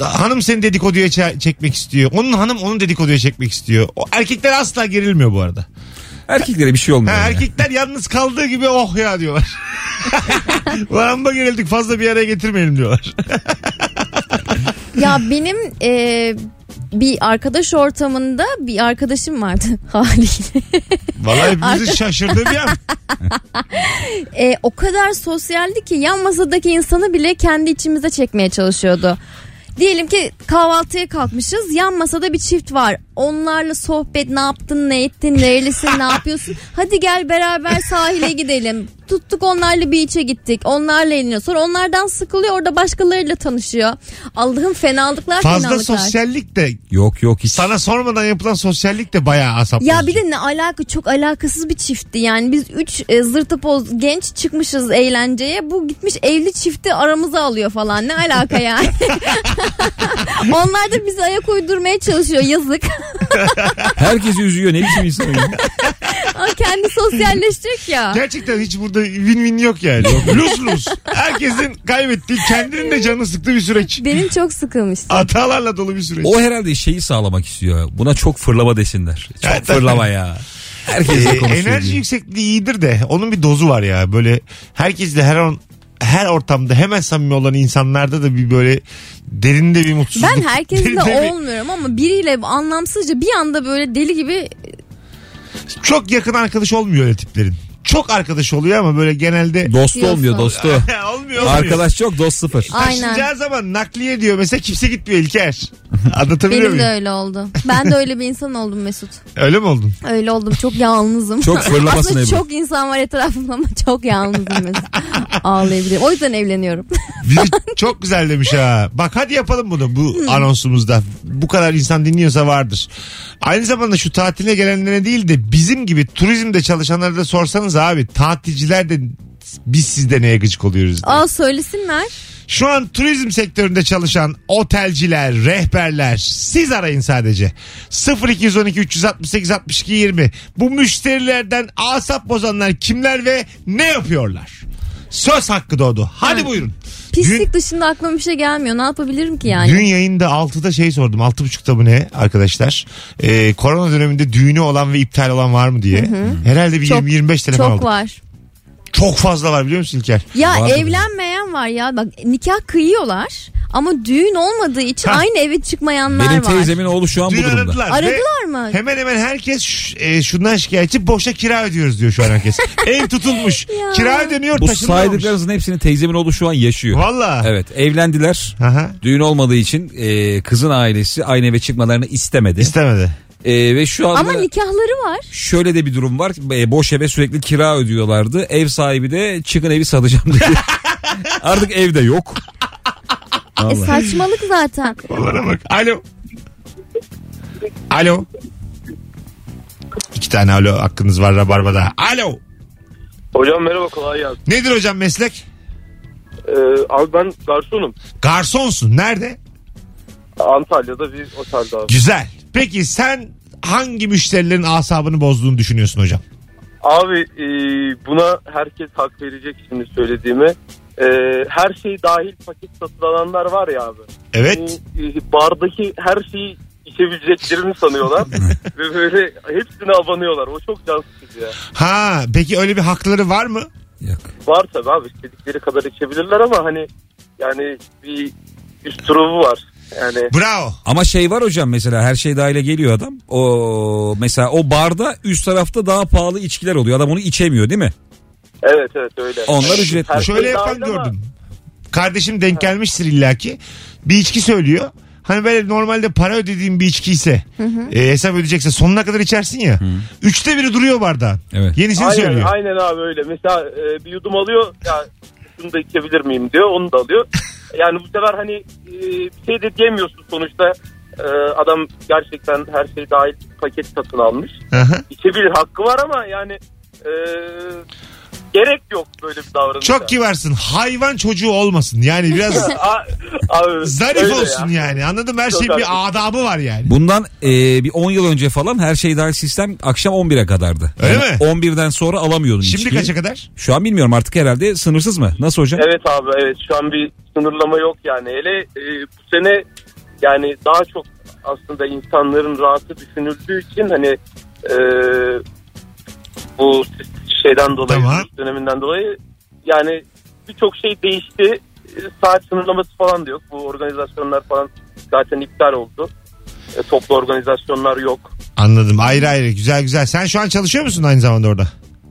Speaker 2: hanım seni dedikoduya çe- çekmek istiyor. Onun hanım onu dedikoduya çekmek istiyor. O erkekler asla gerilmiyor bu arada.
Speaker 4: Erkeklere bir şey
Speaker 2: Ha,
Speaker 4: olmuyor. yani.
Speaker 2: erkekler yalnız kaldığı gibi oh ya diyorlar. Ulan amma gerildik fazla bir araya getirmeyelim diyorlar.
Speaker 3: Ya benim e, bir arkadaş ortamında bir arkadaşım vardı haliyle.
Speaker 2: Vallahi hepimizin şaşırdığı bir an.
Speaker 3: E, o kadar sosyaldi ki yan masadaki insanı bile kendi içimize çekmeye çalışıyordu. Diyelim ki kahvaltıya kalkmışız. Yan masada bir çift var. Onlarla sohbet ne yaptın, ne ettin, nerelisin, ne yapıyorsun? Hadi gel beraber sahile gidelim. Tuttuk onlarla bir içe gittik. Onlarla eğleniyor. Sonra onlardan sıkılıyor. Orada başkalarıyla tanışıyor. Allah'ım fenalıklar
Speaker 2: Fazla
Speaker 3: fenalıklar.
Speaker 2: sosyallik de
Speaker 4: Yok yok hiç.
Speaker 2: sana sormadan yapılan sosyallik de bayağı asap
Speaker 3: Ya
Speaker 2: bozucu.
Speaker 3: bir de ne alaka çok alakasız bir çiftti yani biz 3 e, zırtapoz genç çıkmışız eğlenceye bu gitmiş evli çifti aramıza alıyor falan ne alaka yani. Onlar da bizi ayak uydurmaya çalışıyor yazık.
Speaker 4: Herkesi üzüyor ne biçim insan. ya?
Speaker 3: Ama Kendi sosyalleşecek ya.
Speaker 2: Gerçekten hiç burada win-win yok yani. lose lose. Herkesin kaybettiği, kendinin de canı sıktığı bir süreç.
Speaker 3: Benim çok sıkılmıştı.
Speaker 2: Hatalarla dolu bir süreç.
Speaker 4: O herhalde şeyi sağlamak istiyor. Buna çok fırlama desinler. Çok
Speaker 2: Evet.
Speaker 4: fırlama ya. Herkes
Speaker 2: Ee,
Speaker 4: de konuşuyor.
Speaker 2: enerji
Speaker 4: diye.
Speaker 2: yüksekliği iyidir de onun bir dozu var ya. Böyle herkesle her an her ortamda hemen samimi olan insanlarda da bir böyle derinde bir mutsuzluk.
Speaker 3: Ben herkesle
Speaker 2: derinde bir-
Speaker 3: olmuyorum ama biriyle anlamsızca bir anda böyle deli gibi
Speaker 2: Çok yakın arkadaş olmuyor öyle tiplerin. Çok arkadaş oluyor ama böyle genelde
Speaker 4: Dostu olmuyor
Speaker 3: Diyorsun.
Speaker 4: dostu.
Speaker 2: olmuyor. olmuyor.
Speaker 4: Arkadaş çok dost sıfır.
Speaker 2: Taşınacağı zaman nakliye diyor mesela kimse gitmiyor İlker. Anlatabiliyor
Speaker 3: benim de
Speaker 2: muyum?
Speaker 3: öyle oldu. Ben de öyle bir insan oldum Mesut.
Speaker 2: Öyle mi oldun?
Speaker 3: Öyle oldum çok yalnızım.
Speaker 4: Çok fırlamasın
Speaker 3: Aslında
Speaker 4: Ebru.
Speaker 3: çok insan var etrafımda ama çok yalnızım mesela. Ağlayabilirim. O yüzden evleniyorum.
Speaker 2: Biri çok güzel demiş ha. Bak hadi yapalım bunu bu anonsumuzda. Bu kadar insan dinliyorsa vardır. Aynı zamanda şu tatile gelenlere değil de bizim gibi turizmde çalışanlara da sorsanız abi tatilciler de Biz sizde neye gıcık oluyoruz diye.
Speaker 3: Aa söylesinler.
Speaker 2: Şu an turizm sektöründe çalışan otelciler, rehberler siz arayın sadece. 0212 368 62 20. Bu müşterilerden asap bozanlar kimler ve ne yapıyorlar? Söz hakkı doğdu. Hadi
Speaker 3: Evet.
Speaker 2: buyurun.
Speaker 3: Pislik
Speaker 2: Dün-
Speaker 3: dışında aklıma bir şey gelmiyor. Ne yapabilirim ki yani?
Speaker 2: Dün yayında 6'da şey sordum. 6.30'da bu ne arkadaşlar? Ee, korona döneminde düğünü olan ve iptal olan var mı diye. Herhalde bir
Speaker 3: Çok-
Speaker 2: 20-25 telefon
Speaker 3: Çok
Speaker 2: aldım.
Speaker 3: var.
Speaker 2: Çok fazla var biliyor musun İlker?
Speaker 3: Ya
Speaker 4: Var mı?
Speaker 3: evlenmeyen var ya. Bak nikah kıyıyorlar ama düğün olmadığı için
Speaker 2: Ha.
Speaker 3: aynı eve çıkmayanlar
Speaker 4: Benim
Speaker 3: var.
Speaker 4: teyzemin oğlu şu an bu
Speaker 2: Dün
Speaker 4: durumda.
Speaker 2: aradılar. ve-
Speaker 3: Aradılar mı?
Speaker 2: Hemen hemen herkes ş- e, şundan şikayetçi boşa kira ödüyoruz diyor şu an herkes. Ev tutulmuş.
Speaker 3: Ya.
Speaker 2: Kira ödeniyor
Speaker 4: Bu
Speaker 2: taşınmamış.
Speaker 4: saydıklarınızın hepsini teyzemin oğlu şu an yaşıyor.
Speaker 2: Valla.
Speaker 4: Evet evlendiler.
Speaker 2: Aha.
Speaker 4: Düğün olmadığı için e, kızın ailesi aynı eve çıkmalarını istemedi.
Speaker 2: İstemedi.
Speaker 4: E, ve şu anda
Speaker 3: Ama nikahları var.
Speaker 4: şöyle de bir durum var. E, boş eve sürekli kira ödüyorlardı. Ev sahibi de çıkın evi satacağım dedi. Artık evde yok.
Speaker 3: E,
Speaker 4: Vallahi.
Speaker 3: saçmalık zaten.
Speaker 2: Onlara bak. Alo. Alo. İki tane alo hakkınız var Rabarba'da. Alo.
Speaker 9: Hocam merhaba kolay gelsin.
Speaker 2: Nedir hocam meslek?
Speaker 9: Ee, abi ben garsonum.
Speaker 2: Garsonsun. Nerede?
Speaker 9: Antalya'da bir otelde abi.
Speaker 2: Güzel. Peki sen hangi müşterilerin asabını bozduğunu düşünüyorsun hocam?
Speaker 9: Abi e, buna herkes hak verecek şimdi söylediğimi. E, her şey dahil paket satılanlar var ya abi. Bu,
Speaker 2: Evet.
Speaker 9: e, bardaki her şeyi içebileceklerini sanıyorlar. Ve böyle hepsine abanıyorlar. O çok can sıkıcı ya.
Speaker 2: Ha peki öyle bir hakları var mı?
Speaker 4: Yok.
Speaker 9: Var tabii abi istedikleri kadar içebilirler ama hani yani bir üst durumu var. Yani
Speaker 2: Bravo.
Speaker 4: Ama şey var hocam mesela her şey dahile geliyor adam. O mesela o barda üst tarafta daha pahalı içkiler oluyor. Adam onu içemiyor değil mi?
Speaker 9: evet evet öyle.
Speaker 4: Onlar ücretli.
Speaker 9: Her
Speaker 2: Şöyle
Speaker 9: şey
Speaker 2: yapan
Speaker 9: dahil ama-
Speaker 2: gördüm. Kardeşim denk gelmiştir illaki. Bir içki söylüyor. Hani böyle normalde para ödediğin bir içki ise e, hesap ödeyecekse sonuna kadar içersin ya. Üçte biri duruyor bardağın.
Speaker 4: Evet.
Speaker 2: Yenisini
Speaker 9: aynen,
Speaker 2: söylüyor.
Speaker 9: Aynen abi öyle. Mesela e, bir yudum alıyor. Ya şunu da içebilir miyim diyor. Onu da alıyor. Yani bu sefer hani e, bir şey de diyemiyorsun sonuçta. E, adam gerçekten her şey dahil paket satın almış.
Speaker 2: Aha.
Speaker 9: İçebilir hakkı var ama yani e, gerek yok böyle bir davranışa.
Speaker 2: Çok kibarsın. Hayvan çocuğu olmasın. Yani biraz
Speaker 9: A- abi,
Speaker 2: zarif
Speaker 9: öyle
Speaker 2: olsun
Speaker 9: ya.
Speaker 2: yani. Anladım her
Speaker 9: Çok
Speaker 2: şeyin
Speaker 9: haklısın.
Speaker 2: bir adabı var yani.
Speaker 4: Bundan e, bir 10 yıl önce falan her şey dahil sistem akşam 11'e kadardı.
Speaker 2: Öyle mi?
Speaker 4: 11'den sonra alamıyordun
Speaker 2: Şimdi
Speaker 4: içkiyi.
Speaker 2: kaça kadar?
Speaker 4: Şu an bilmiyorum artık herhalde sınırsız mı? Nasıl hocam?
Speaker 9: Evet abi evet şu an bir sınırlama yok yani. Hele e, bu sene yani daha çok aslında insanların rahatı düşünüldüğü için hani e, bu şeyden dolayı
Speaker 2: Tamam.
Speaker 9: virüs döneminden dolayı yani birçok şey değişti. E, Saat sınırlaması falan da yok. Bu organizasyonlar falan zaten iptal oldu. E, toplu organizasyonlar yok.
Speaker 2: Anladım. Ayrı ayrı. Güzel güzel. Sen şu an çalışıyor musun aynı zamanda orada?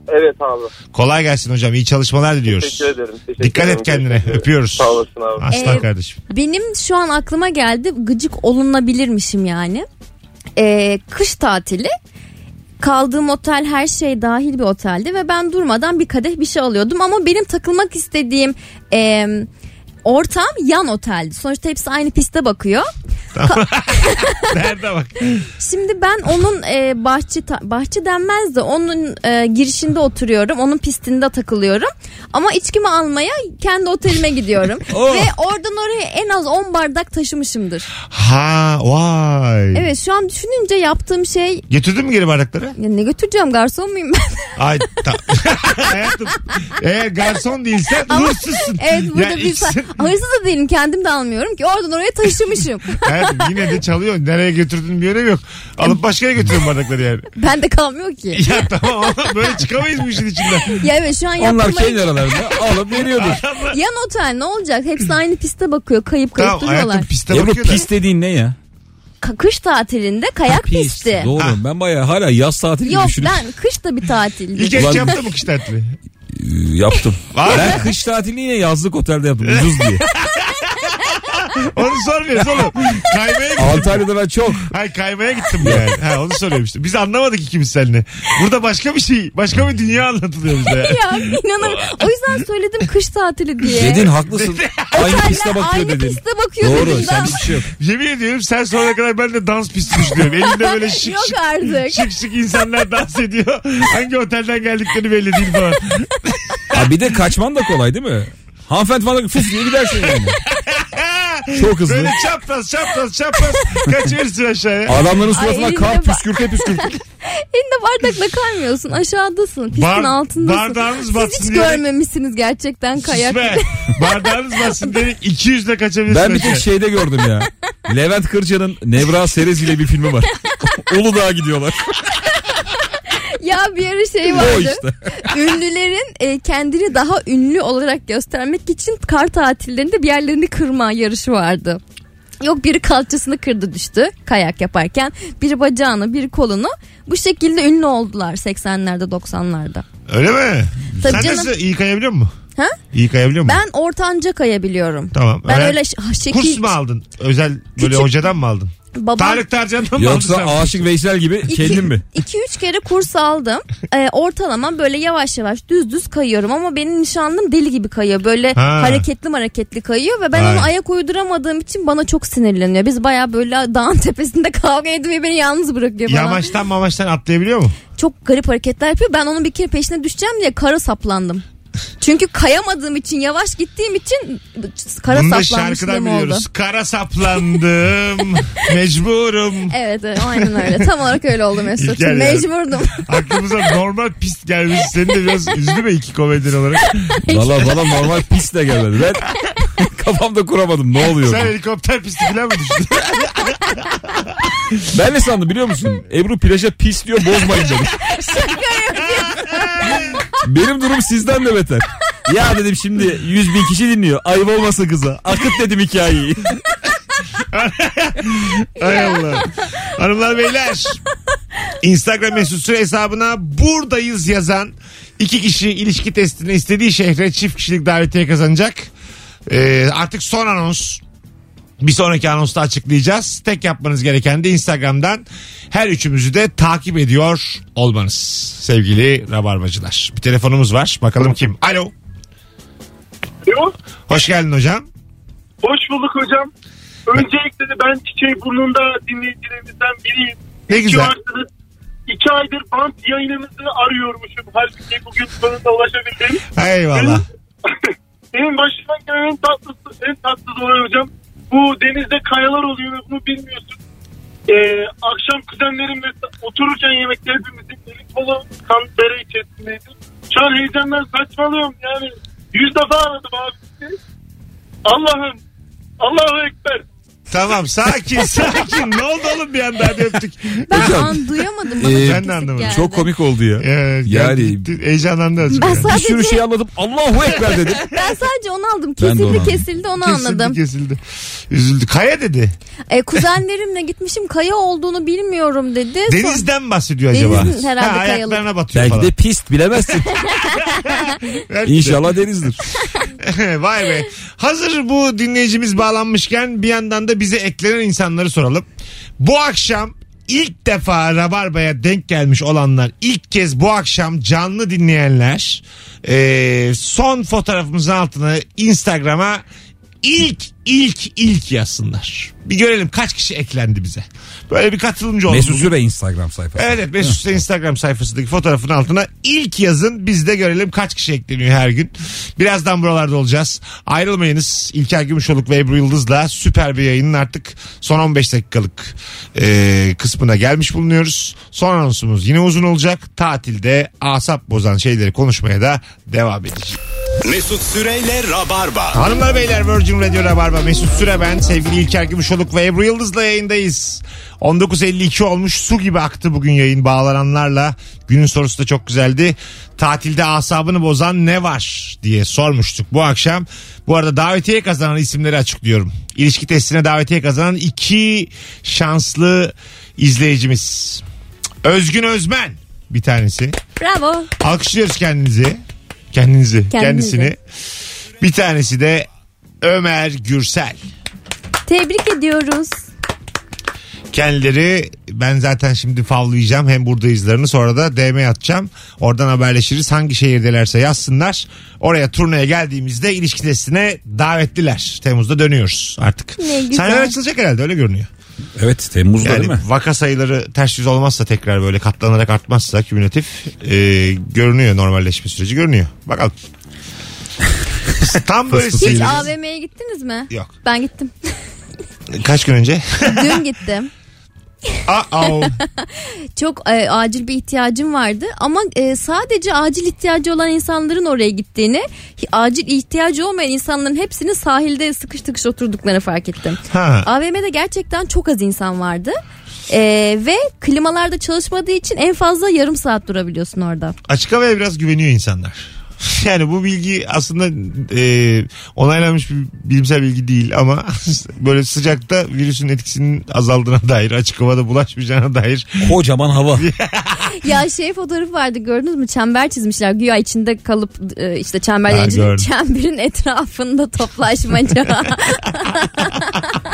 Speaker 9: Evet abi.
Speaker 2: Kolay gelsin hocam. İyi çalışmalar diliyoruz.
Speaker 9: Teşekkür ederim. Teşekkür
Speaker 2: Dikkat
Speaker 9: ederim.
Speaker 2: et kendine.
Speaker 9: Teşekkür ederim.
Speaker 2: Öpüyoruz.
Speaker 9: Sağ olasın abi.
Speaker 2: Aslan
Speaker 3: Ee,
Speaker 2: kardeşim.
Speaker 3: Benim şu an aklıma geldi gıcık olunabilirmişim yani. Ee, kış tatili kaldığım otel her şey dahil bir oteldi ve ben durmadan bir kadeh bir şey alıyordum ama benim takılmak istediğim e, ortam yan oteldi. Sonuçta hepsi aynı piste bakıyor.
Speaker 2: Nerede bak.
Speaker 3: Şimdi ben onun e, bahçe ta- bahçe denmez de onun e, girişinde oturuyorum. Onun pistinde takılıyorum. Ama içkimi almaya kendi otelime gidiyorum.
Speaker 4: Oh.
Speaker 3: Ve oradan oraya en az 10 bardak taşımışımdır.
Speaker 2: Ha vay.
Speaker 3: Evet şu an düşününce yaptığım şey
Speaker 2: Getirdin mi geri bardakları?
Speaker 3: ya ne götüreceğim garson muyum ben?
Speaker 2: Ay ta- hayatım. Eğer garson değilsen hırsızsın.
Speaker 3: evet burada
Speaker 2: Ya
Speaker 3: bir
Speaker 2: ikisi-
Speaker 3: hırsız da değilim kendim de almıyorum ki oradan oraya taşımışım.
Speaker 2: Hayatım yine de çalıyorsun. Nereye götürdün bir önemi yok. Alıp başka yere götürün bardakları yani.
Speaker 3: ben de kalmıyor ki.
Speaker 2: Ya tamam ama böyle çıkamayız bu işin içinden.
Speaker 3: ya evet şu an
Speaker 4: Onlar şey
Speaker 3: yaptığım
Speaker 4: kendi aralarında alıp veriyordur.
Speaker 3: yan otel ne olacak? Hepsi aynı piste bakıyor. Kayıp kayıp
Speaker 2: Tamam
Speaker 3: duruyorlar.
Speaker 2: hayatım piste
Speaker 4: Ebru
Speaker 2: bakıyor da.
Speaker 4: pis dediğin ne ya?
Speaker 3: Ka- Kış tatilinde kayak pisti.
Speaker 4: Doğru.
Speaker 2: Ha.
Speaker 4: Ben bayağı hala yaz tatili gibi
Speaker 3: Yok
Speaker 4: düşünüp
Speaker 3: ben kış da bir tatil.
Speaker 2: İlk
Speaker 3: değil.
Speaker 2: eş
Speaker 4: Ulan-
Speaker 2: yaptı mı kış tatili?
Speaker 4: Ee, yaptım.
Speaker 2: Var
Speaker 4: ben kış tatilini yine yazlık otelde yaptım. Ucuz diye.
Speaker 2: Onu sormuyoruz oğlum. Kaymaya gittim.
Speaker 4: Antalya'da ben çok.
Speaker 2: Hayır kaymaya gittim yani. Ha, onu soruyorum işte. Biz anlamadık ikimiz seninle. Burada başka bir şey, başka bir dünya anlatılıyor bize. yani.
Speaker 3: ya inanamıyorum. O yüzden söyledim kış tatili diye.
Speaker 4: Dedin haklısın. aynı
Speaker 3: Oteller
Speaker 4: piste bakıyor
Speaker 3: aynı
Speaker 4: dedin.
Speaker 3: piste bakıyor
Speaker 4: Doğru.
Speaker 3: dedim.
Speaker 4: Sen
Speaker 3: Ben-
Speaker 4: bir şey yok.
Speaker 2: Yemin ediyorum sen sonuna kadar ben de dans pisti düşünüyorum. Elinde böyle şık
Speaker 3: Yok
Speaker 2: şık
Speaker 3: artık.
Speaker 2: şık şık insanlar dans ediyor. Hangi otelden geldikleri belli değil falan.
Speaker 4: Ha bir de kaçman da kolay değil mi? Hanımefendi falan fuf diye gidersin yani. Çok hızlı.
Speaker 2: Böyle çapraz çapraz çapraz kaçırırsın aşağıya.
Speaker 3: Ay,
Speaker 4: Adamların suratına
Speaker 3: elinde
Speaker 4: kar
Speaker 3: bak.
Speaker 4: püskürte püskürte.
Speaker 3: Elinde bardakla kaymıyorsun. Aşağıdasın. Pistin
Speaker 2: Bar-
Speaker 3: altındasın.
Speaker 2: bardağınız
Speaker 3: Siz
Speaker 2: batsın
Speaker 3: hiç
Speaker 2: diye-
Speaker 3: görmemişsiniz gerçekten kayak.
Speaker 2: Susme. Bardağınız basın dedik 200 ile kaçabilirsin.
Speaker 4: Ben bir tek
Speaker 2: aşağıya.
Speaker 4: şeyde gördüm ya. Levent Kırca'nın Nevra Serez ile bir filmi var. Uludağ'a gidiyorlar.
Speaker 3: Ya bir ara şey
Speaker 4: O
Speaker 3: vardı.
Speaker 4: işte.
Speaker 3: Ünlülerin e, kendini daha ünlü olarak göstermek için kar tatillerinde bir yerlerini kırma yarışı vardı. Yok biri kalçasını kırdı düştü kayak yaparken. Biri bacağını, biri kolunu. Bu şekilde ünlü oldular 80'lerde 90'larda.
Speaker 2: Öyle mi?
Speaker 3: Tabii
Speaker 2: Sen
Speaker 3: canım.
Speaker 2: nasıl iyi kayabiliyor musun?
Speaker 3: Ha?
Speaker 2: İyi kayabiliyor musun?
Speaker 3: Ben ortanca kayabiliyorum.
Speaker 2: Tamam.
Speaker 3: Ben
Speaker 2: Öğren-
Speaker 3: öyle ş- ha, şekil
Speaker 2: Kurs mu aldın? Özel böyle
Speaker 3: Küçük-
Speaker 2: hocadan mı aldın?
Speaker 3: babam
Speaker 2: Tarık Tarcan'dan mı aldın
Speaker 4: Yoksa
Speaker 2: sen?
Speaker 4: Aşık Veysel gibi kendin mi?
Speaker 3: 2-3 kere kurs aldım. Ee, ortalama böyle yavaş yavaş düz düz kayıyorum ama benim nişanlım deli gibi kayıyor. Böyle
Speaker 2: Ha.
Speaker 3: hareketli hareketli kayıyor ve ben
Speaker 2: Ay.
Speaker 3: onu ayak uyduramadığım için bana çok sinirleniyor. Biz baya böyle dağın tepesinde kavga edip ve beni yalnız bırakıyor falan.
Speaker 2: Yamaçtan mamaçtan atlayabiliyor mu?
Speaker 3: Çok garip hareketler yapıyor. Ben onun bir kere peşine düşeceğim diye kara saplandım. Çünkü kayamadığım için yavaş gittiğim için kara
Speaker 2: Bunu da
Speaker 3: saplanmışlığım
Speaker 2: şarkıdan
Speaker 3: oldu.
Speaker 2: biliyoruz. Kara saplandım. mecburum.
Speaker 3: Evet evet, aynen öyle. Tam olarak öyle oldu Mesut.
Speaker 2: İlker ya.
Speaker 3: Mecburdum.
Speaker 2: Aklımıza normal pist gelmiş. Seni de biraz üzdü mü iki komedyen olarak?
Speaker 4: Valla valla normal pis de gelmedi. Ben kafamda kuramadım ne oluyor?
Speaker 2: Sen helikopter pisti falan mı düştün?
Speaker 4: Ben ne sandım biliyor musun? Ebru plaja pis diyor bozmayın canım. Benim durum sizden de beter. Ya dedim şimdi 100 bin kişi dinliyor. Ayıp olmasın kıza. Akıt dedim hikayeyi.
Speaker 2: Hay Allah. Hanımlar beyler. Instagram mesut süre hesabına buradayız yazan iki kişi ilişki testini istediği şehre çift kişilik davetiye kazanacak. Ee, artık son anons. Bir sonraki anonsta açıklayacağız. Tek yapmanız gereken de Instagram'dan her üçümüzü de takip ediyor olmanız. Sevgili rabarbacılar. Bir telefonumuz var. Bakalım kim? Alo.
Speaker 9: Alo,
Speaker 2: Hoş geldin hocam.
Speaker 9: Hoş bulduk hocam. Öncelikle de ben Çiçeği Burnu'nda dinleyicilerimizden biriyim.
Speaker 2: Ne
Speaker 9: İki
Speaker 2: güzel.
Speaker 9: aydır- İki aydır bant yayınımızı arıyormuşum. Halbuki bugün sonunda ulaşabildim.
Speaker 2: Eyvallah.
Speaker 9: Benim başıma gelen en tatlısı, en tatlısı olay hocam. Bu denizde kayalar oluyor ve bunu bilmiyorsun. Ee, akşam kuzenlerimle otururken yemekte hepimizin elik kolu kan bere içerisindeydi. Şu an heyecandan saçmalıyorum yani. Yüz defa aradım abi. Allah'ım. Allahu Ekber.
Speaker 2: Tamam sakin sakin. ne oldu oğlum bir anda hadi öptük.
Speaker 3: Ben
Speaker 4: Hocam,
Speaker 3: an duyamadım. Bana
Speaker 4: e,
Speaker 3: çok
Speaker 2: ben de
Speaker 3: kesik
Speaker 2: anlamadım.
Speaker 3: geldi.
Speaker 4: Çok komik oldu ya.
Speaker 2: Ee,
Speaker 4: Yani-
Speaker 2: yani heyecanlandı azıcık.
Speaker 3: Ben
Speaker 2: yani.
Speaker 4: Bir
Speaker 3: sadece,
Speaker 4: sürü şey anladım. Allahu Ekber dedim.
Speaker 3: ben sadece onu aldım.
Speaker 4: Ben de
Speaker 3: Kesildi
Speaker 4: onu aldım.
Speaker 3: kesildi onu
Speaker 2: Kesildi,
Speaker 3: anladım.
Speaker 2: Kesildi. Üzüldü. Kaya dedi.
Speaker 3: E, kuzenlerimle gitmişim kaya olduğunu bilmiyorum dedi. Sonra-
Speaker 2: Denizden bahsediyor acaba.
Speaker 3: Denizin herhalde
Speaker 2: ha,
Speaker 3: kayalık.
Speaker 2: ayaklarına batıyor Şey
Speaker 4: Belki
Speaker 2: falan.
Speaker 4: de pist bilemezsin.
Speaker 2: Belki de.
Speaker 4: İnşallah denizdir.
Speaker 2: Vay be. Hazır bu dinleyicimiz bağlanmışken bir yandan da bize eklenen insanları soralım. Bu akşam ilk defa Rabarba'ya denk gelmiş olanlar ilk kez bu akşam canlı dinleyenler e, son fotoğrafımızın altına Instagram'a ilk ilk ilk yazsınlar. Bir görelim kaç kişi eklendi bize. Böyle bir katılımcı olsun.
Speaker 4: Mesut Süre Instagram sayfası.
Speaker 2: Evet Mesut Süre Instagram sayfasındaki fotoğrafın altına ilk yazın biz de görelim kaç kişi ekleniyor her gün. Birazdan buralarda olacağız. Ayrılmayınız. İlker Gümüşoluk ve Ebru Yıldız'la süper bir yayının artık son 15 dakikalık e, kısmına gelmiş bulunuyoruz. Son anonsumuz yine uzun olacak. Tatilde asap bozan şeyleri konuşmaya da devam edeceğiz.
Speaker 1: Mesut Süreyle Rabarba.
Speaker 2: Hanımlar beyler Virgin Radio Rabarba Mesut Süre ben sevgili İlker Gümüşoluk ve Ebru Yıldız'la yayındayız. 19.52 olmuş su gibi aktı bugün yayın bağlananlarla. Günün sorusu da çok güzeldi. Tatilde asabını bozan ne var diye sormuştuk bu akşam. Bu arada davetiye kazanan isimleri açıklıyorum. İlişki testine davetiye kazanan iki şanslı izleyicimiz. Özgün Özmen bir tanesi.
Speaker 3: Bravo.
Speaker 2: Alkışlıyoruz kendinizi. Kendinizi.
Speaker 3: Kendinizi.
Speaker 2: Kendisini. Bir tanesi de Ömer Gürsel.
Speaker 3: Tebrik ediyoruz.
Speaker 2: Kendileri ben zaten şimdi favlayacağım hem buradayızlarını sonra da DM atacağım. Oradan haberleşiriz. Hangi şehirdelerse yazsınlar. Oraya turneye geldiğimizde ilişki testine davetliler. Temmuz'da dönüyoruz artık.
Speaker 3: Ne güzel.
Speaker 2: Sahneler açılacak herhalde öyle görünüyor.
Speaker 4: Evet Temmuz'da
Speaker 2: Yani
Speaker 4: değil mi?
Speaker 2: vaka sayıları ters yüz olmazsa tekrar böyle katlanarak artmazsa kümülatif e, görünüyor normalleşme süreci görünüyor. Bakalım. Tam böyle
Speaker 3: Hiç
Speaker 2: sinir-
Speaker 3: AVM'ye gittiniz mi?
Speaker 2: Yok.
Speaker 3: Ben gittim.
Speaker 2: Kaç gün önce?
Speaker 3: Dün gittim.
Speaker 2: Aa, au.
Speaker 3: Çok e, acil bir ihtiyacım vardı ama e, sadece acil ihtiyacı olan insanların oraya gittiğini, hi- acil ihtiyacı olmayan insanların hepsinin sahilde sıkış tıkış oturduklarını fark ettim.
Speaker 2: Ha.
Speaker 3: AVM'de gerçekten çok az insan vardı. E, ve klimalarda çalışmadığı için en fazla yarım saat durabiliyorsun orada.
Speaker 2: Açık havaya biraz güveniyor insanlar. Yani bu bilgi aslında e, onaylanmış bir bilimsel bilgi değil ama böyle sıcakta virüsün etkisinin azaldığına dair, açık havada bulaşmayacağına dair
Speaker 4: Kocaman hava.
Speaker 3: Ya şey fotoğrafı vardı gördünüz mü? Çember çizmişler. Güya içinde kalıp e, işte çember
Speaker 2: Ha,
Speaker 3: içinde-
Speaker 2: gördüm.
Speaker 3: çemberin etrafında toplaşmaca.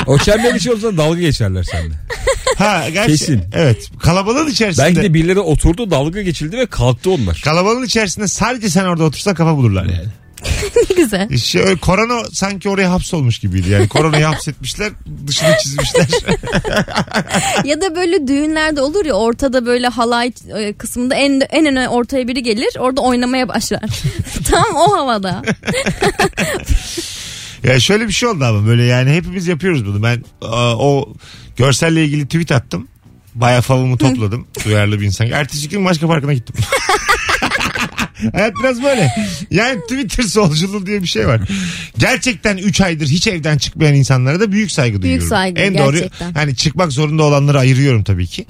Speaker 4: O çember içi olsa dalga geçerler seninle.
Speaker 2: Ha gerçi
Speaker 4: Kesin.
Speaker 2: evet kalabalığın içerisinde
Speaker 4: Belki de birileri oturdu dalga geçildi ve kalktı onlar.
Speaker 2: kalabalığın içerisinde sadece sen orada otursan kafa bulurlar yani.
Speaker 3: ne güzel.
Speaker 2: İşte öyle korona sanki oraya hapsolmuş gibiydi yani. Koronayı hapsetmişler dışını çizmişler.
Speaker 3: Ya da böyle düğünlerde olur ya ortada böyle halay e, kısmında en en öne ortaya biri gelir orada oynamaya başlar. Tam o havada.
Speaker 2: ya şöyle bir şey oldu ama böyle yani hepimiz yapıyoruz bunu. Ben a, o görselle ilgili tweet attım. Baya favımı topladım. Duyarlı bir insan. Ertesi gün başka parkına gittim. Hayat biraz böyle. Yani Twitter solculuğu diye bir şey var. Gerçekten 3 aydır hiç evden çıkmayan insanlara da büyük saygı duyuyorum.
Speaker 3: saygı,
Speaker 2: en
Speaker 3: gerçekten.
Speaker 2: doğru. Hani çıkmak zorunda olanları ayırıyorum tabii ki.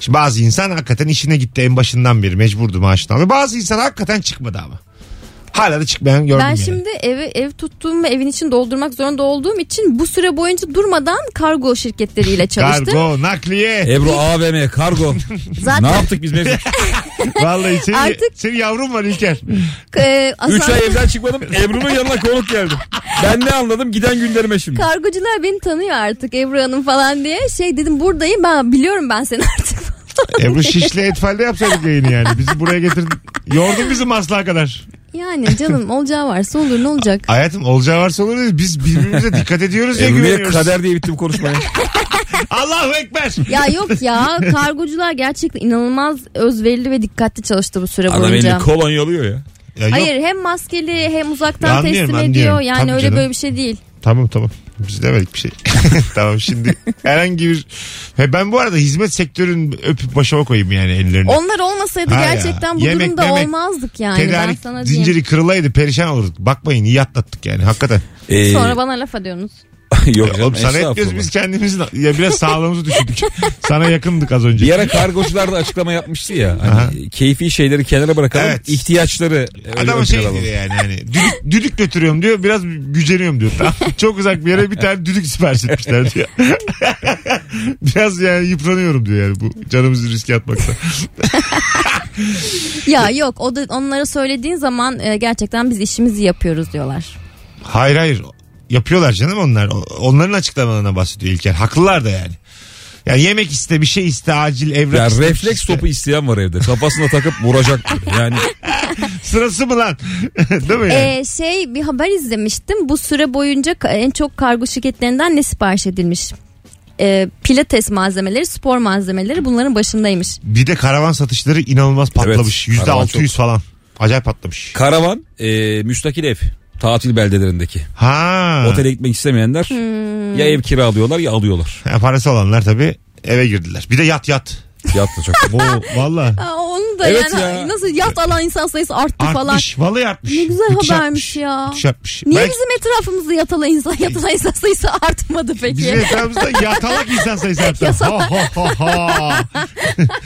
Speaker 2: Şimdi bazı insan hakikaten işine gitti en başından beri mecburdu maaşını alıyor. Bazı insan hakikaten çıkmadı ama. Hala da çıkmayan gördüm
Speaker 3: ben
Speaker 2: yani.
Speaker 3: şimdi eve ev tuttuğum ve evin için doldurmak zorunda olduğum için bu süre boyunca durmadan kargo şirketleriyle çalıştım.
Speaker 2: Kargo, nakliye.
Speaker 4: Ebru AVM kargo. ne
Speaker 3: Zaten
Speaker 4: yaptık biz mevcut?
Speaker 2: Vallahi senin,
Speaker 3: Artık-
Speaker 2: senin yavrun var İlker.
Speaker 3: e,
Speaker 4: 3
Speaker 3: asan-
Speaker 4: ay evden çıkmadım Ebru'nun yanına konuk geldi. Ben ne anladım giden günlerime şimdi.
Speaker 3: kargocular beni tanıyor artık Ebru Hanım falan diye. Şey dedim buradayım ben biliyorum ben seni artık.
Speaker 2: Ebru Şişli Etfal'de yapsaydık yayını yani. Bizi buraya getirdin. Yordun bizi maslağa kadar.
Speaker 3: yani canım olacağı varsa olur ne olacak.
Speaker 2: Hayatım olacağı varsa olur dedi. Biz birbirimize dikkat ediyoruz ve
Speaker 4: Ebru'ya
Speaker 2: güveniyoruz.
Speaker 4: kader diye bitti bu konuşmaya.
Speaker 2: Allahu Ekber.
Speaker 3: Ya yok ya kargocular gerçekten inanılmaz özverili ve dikkatli çalıştı bu süre
Speaker 4: Adam
Speaker 3: boyunca.
Speaker 4: elini kolon yalıyor ya.
Speaker 2: Ya yok.
Speaker 3: Hayır hem maskeli hem uzaktan
Speaker 2: Ya anlıyorum,
Speaker 3: teslim
Speaker 2: anlıyorum.
Speaker 3: ediyor. Yani
Speaker 2: Tabii
Speaker 3: öyle
Speaker 2: canım.
Speaker 3: böyle bir şey değil.
Speaker 2: Tamam tamam. Biz demedik bir şey. tamam şimdi herhangi bir... He, ben bu arada hizmet sektörünü öpüp başıma koyayım yani ellerini.
Speaker 3: Onlar olmasaydı
Speaker 2: Ha ya.
Speaker 3: gerçekten bu
Speaker 2: Yemek,
Speaker 3: durumda
Speaker 2: memek,
Speaker 3: olmazdık yani. ben
Speaker 2: Tedarik
Speaker 3: sana diyeyim.
Speaker 2: zinciri kırılaydı perişan olurduk. Bakmayın iyi atlattık yani hakikaten.
Speaker 4: Ee,
Speaker 3: Sonra bana laf ediyorsunuz.
Speaker 4: Yok
Speaker 2: Ya
Speaker 4: canım,
Speaker 2: oğlum sana etmiyoruz
Speaker 4: estağfurullah.
Speaker 2: biz kendimizin ya biraz sağlığımızı düşündük. sana yakındık az önce.
Speaker 4: Bir ara kargocular da açıklama yapmıştı ya. Hani keyfi şeyleri kenara bırakalım.
Speaker 2: Evet.
Speaker 4: ihtiyaçları öyle ön
Speaker 2: Adam şey
Speaker 4: plana alalım.
Speaker 2: diyor yani hani düdük, düdük götürüyorum diyor biraz güceniyorum diyor. Tamam, çok uzak bir yere bir tane düdük sipariş etmişler diyor. biraz yani yıpranıyorum diyor yani bu canımızı riske atmakta.
Speaker 3: Ya yok o da onlara söylediğin zaman e, gerçekten biz işimizi yapıyoruz diyorlar.
Speaker 2: Hayır hayır yapıyorlar canım onlar. O- Onların açıklamalarına bahsediyor İlker. Haklılar da yani. Yani yemek iste bir şey iste acil evrak
Speaker 4: Ya
Speaker 2: iste, bir şey
Speaker 4: refleks
Speaker 2: iste.
Speaker 4: topu isteyen var evde. Kafasına takıp vuracak. Yani
Speaker 2: Sırası mı lan? Değil mi yani?
Speaker 3: Ee, şey bir haber izlemiştim. Bu süre boyunca ka- en çok kargo şirketlerinden ne sipariş edilmiş? Ee, pilates malzemeleri, spor malzemeleri bunların başındaymış.
Speaker 2: Bir de karavan satışları inanılmaz patlamış.
Speaker 4: Evet,
Speaker 2: Yüzde
Speaker 4: karavan
Speaker 2: %600 falan. Acayip patlamış.
Speaker 4: karavan e, müstakil ev. Tatil beldelerindeki.
Speaker 2: Ha. Hmm.
Speaker 4: Otele gitmek istemeyenler ya ev kiralıyorlar ya alıyorlar.
Speaker 2: Ha, parası olanlar tabii eve girdiler. Bir de yat yat.
Speaker 4: Yatla çok.
Speaker 2: Bu valla
Speaker 3: Aa, onu da
Speaker 4: Evet
Speaker 3: yani
Speaker 4: ya.
Speaker 3: nasıl yat alan insan sayısı arttı falan.
Speaker 2: artmış. Vallahi artmış.
Speaker 3: Ne güzel
Speaker 2: Müthiş
Speaker 3: habermiş ya.
Speaker 2: Müthiş artmış.
Speaker 3: Niye
Speaker 2: Belki
Speaker 3: bizim etrafımızda yatalı insan, yatılan insan sayısı artmadı peki?
Speaker 2: Bizim etrafımızda yatalak insan sayısı arttı. Ho ho ho ho.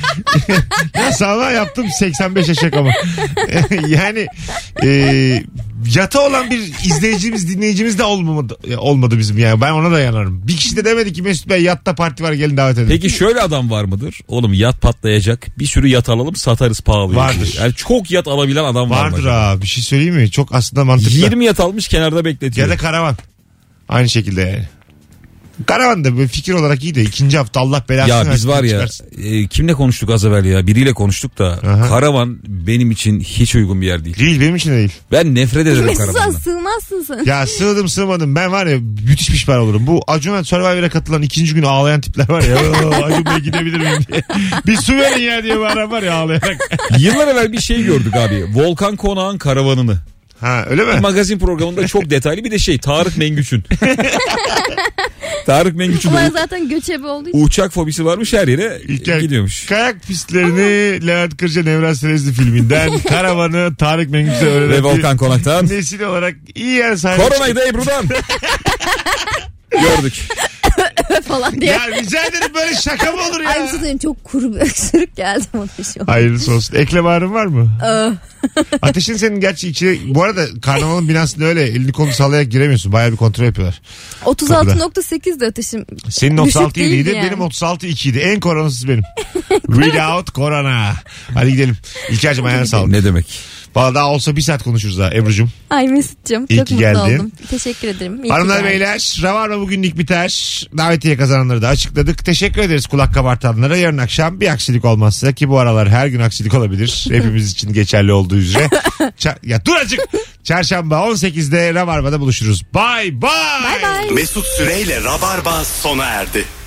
Speaker 2: ya sana yaptım 85 yaşa ama. yani e, yata olan bir izleyicimiz dinleyicimiz de olmadı, olmadı bizim yani. Ben ona da yanarım. Bir kişi de demedi ki Mesut Bey yatta parti var gelin davet edin.
Speaker 4: Peki şöyle adam var mıdır? Oğlum yat patlayacak. Bir sürü yat alalım satarız pahalıya.
Speaker 2: Vardır.
Speaker 4: Yani çok yat alabilen adam var. mı
Speaker 2: Vardır
Speaker 4: acaba?
Speaker 2: ha bir şey söyleyeyim mi? Çok aslında mantıklı.
Speaker 4: 20 yat almış kenarda bekletiyor.
Speaker 2: Ya da karavan. Aynı şekilde yani. Karavan da böyle fikir olarak iyi de ikinci hafta Allah belasını
Speaker 4: Ya biz
Speaker 2: versin,
Speaker 4: var ya
Speaker 2: çıkarsın.
Speaker 4: e, kimle konuştuk az evvel ya biriyle konuştuk da
Speaker 2: Aha.
Speaker 4: karavan benim için hiç uygun bir yer değil.
Speaker 2: Değil benim için de değil.
Speaker 4: Ben nefret ederim
Speaker 3: Mesut'a
Speaker 4: karavandan.
Speaker 3: sığmazsın sen.
Speaker 2: Ya sığdım sığmadım ben var ya müthiş pişman olurum. Bu Acun'a Survivor'a katılan ikinci gün ağlayan tipler var ya. "Oo, Acun Bey gidebilir miyim diye. Bir su verin ya diye bağıran var ya ağlayarak.
Speaker 4: Yıllar evvel bir şey gördük abi. Volkan Konağ'ın karavanını.
Speaker 2: Ha öyle mi?
Speaker 4: Magazin programında çok detaylı bir de şey Tarık Mengüç'ün. Tarık Mengüç'ün
Speaker 3: Bunlar
Speaker 4: de
Speaker 3: zaten göçebe olduğu için.
Speaker 4: u- uçak fobisi varmış her yere
Speaker 2: İlker,
Speaker 4: gidiyormuş.
Speaker 2: Kayak pistlerini Levent Kırca Nevra Serezli filminden karavanı Tarık Mengüç'e
Speaker 4: Ve
Speaker 2: öğrenen
Speaker 4: Volkan Konak'tan.
Speaker 2: bir nesil olarak iyi yer sahibi.
Speaker 4: Koronayı da Ebru'dan. Gördük.
Speaker 3: falan diye.
Speaker 2: Ya rica ederim böyle şaka mı olur ya?
Speaker 3: Ay bir şey söyleyeyim, çok kuru bir öksürük geldi bana şu an.
Speaker 2: Hayırlısı olsun. Eklem ağrın var mı?
Speaker 3: Ee,
Speaker 2: Ateşin senin gerçi içine... Bu arada karnavalın binasında öyle elini kolunu sallayarak giremiyorsun. Bayağı bir kontrol yapıyorlar.
Speaker 3: 36.8 de ateşim.
Speaker 2: Senin
Speaker 3: Düşük
Speaker 2: 36
Speaker 3: değildi
Speaker 2: idi,
Speaker 3: yani.
Speaker 2: benim 36 2 idi. En koronasız benim. Read out korona. Hadi gidelim. İlker'cim ayağına sağlık.
Speaker 4: Ne demek?
Speaker 2: Valla daha olsa bir saat konuşuruz daha Ebru'cum.
Speaker 3: Ay Mesut'cum
Speaker 2: İyi
Speaker 3: çok
Speaker 2: ki
Speaker 3: mutlu
Speaker 2: geldin.
Speaker 3: oldum. Teşekkür ederim. İyi ki
Speaker 2: Hanımlar
Speaker 3: geldin.
Speaker 2: beyler Ravarma bugünlük biter. Davetiye kazananları da açıkladık. Teşekkür ederiz kulak kabartanlara. Yarın akşam bir aksilik olmazsa ki bu aralar her gün aksilik olabilir. Hepimiz için geçerli olduğu üzere. Ça- ya dur azıcık. Çarşamba 18'de Ravarma'da buluşuruz. Bye bye.
Speaker 3: Bye bye.
Speaker 1: Mesut Süreyle Rabarba sona erdi.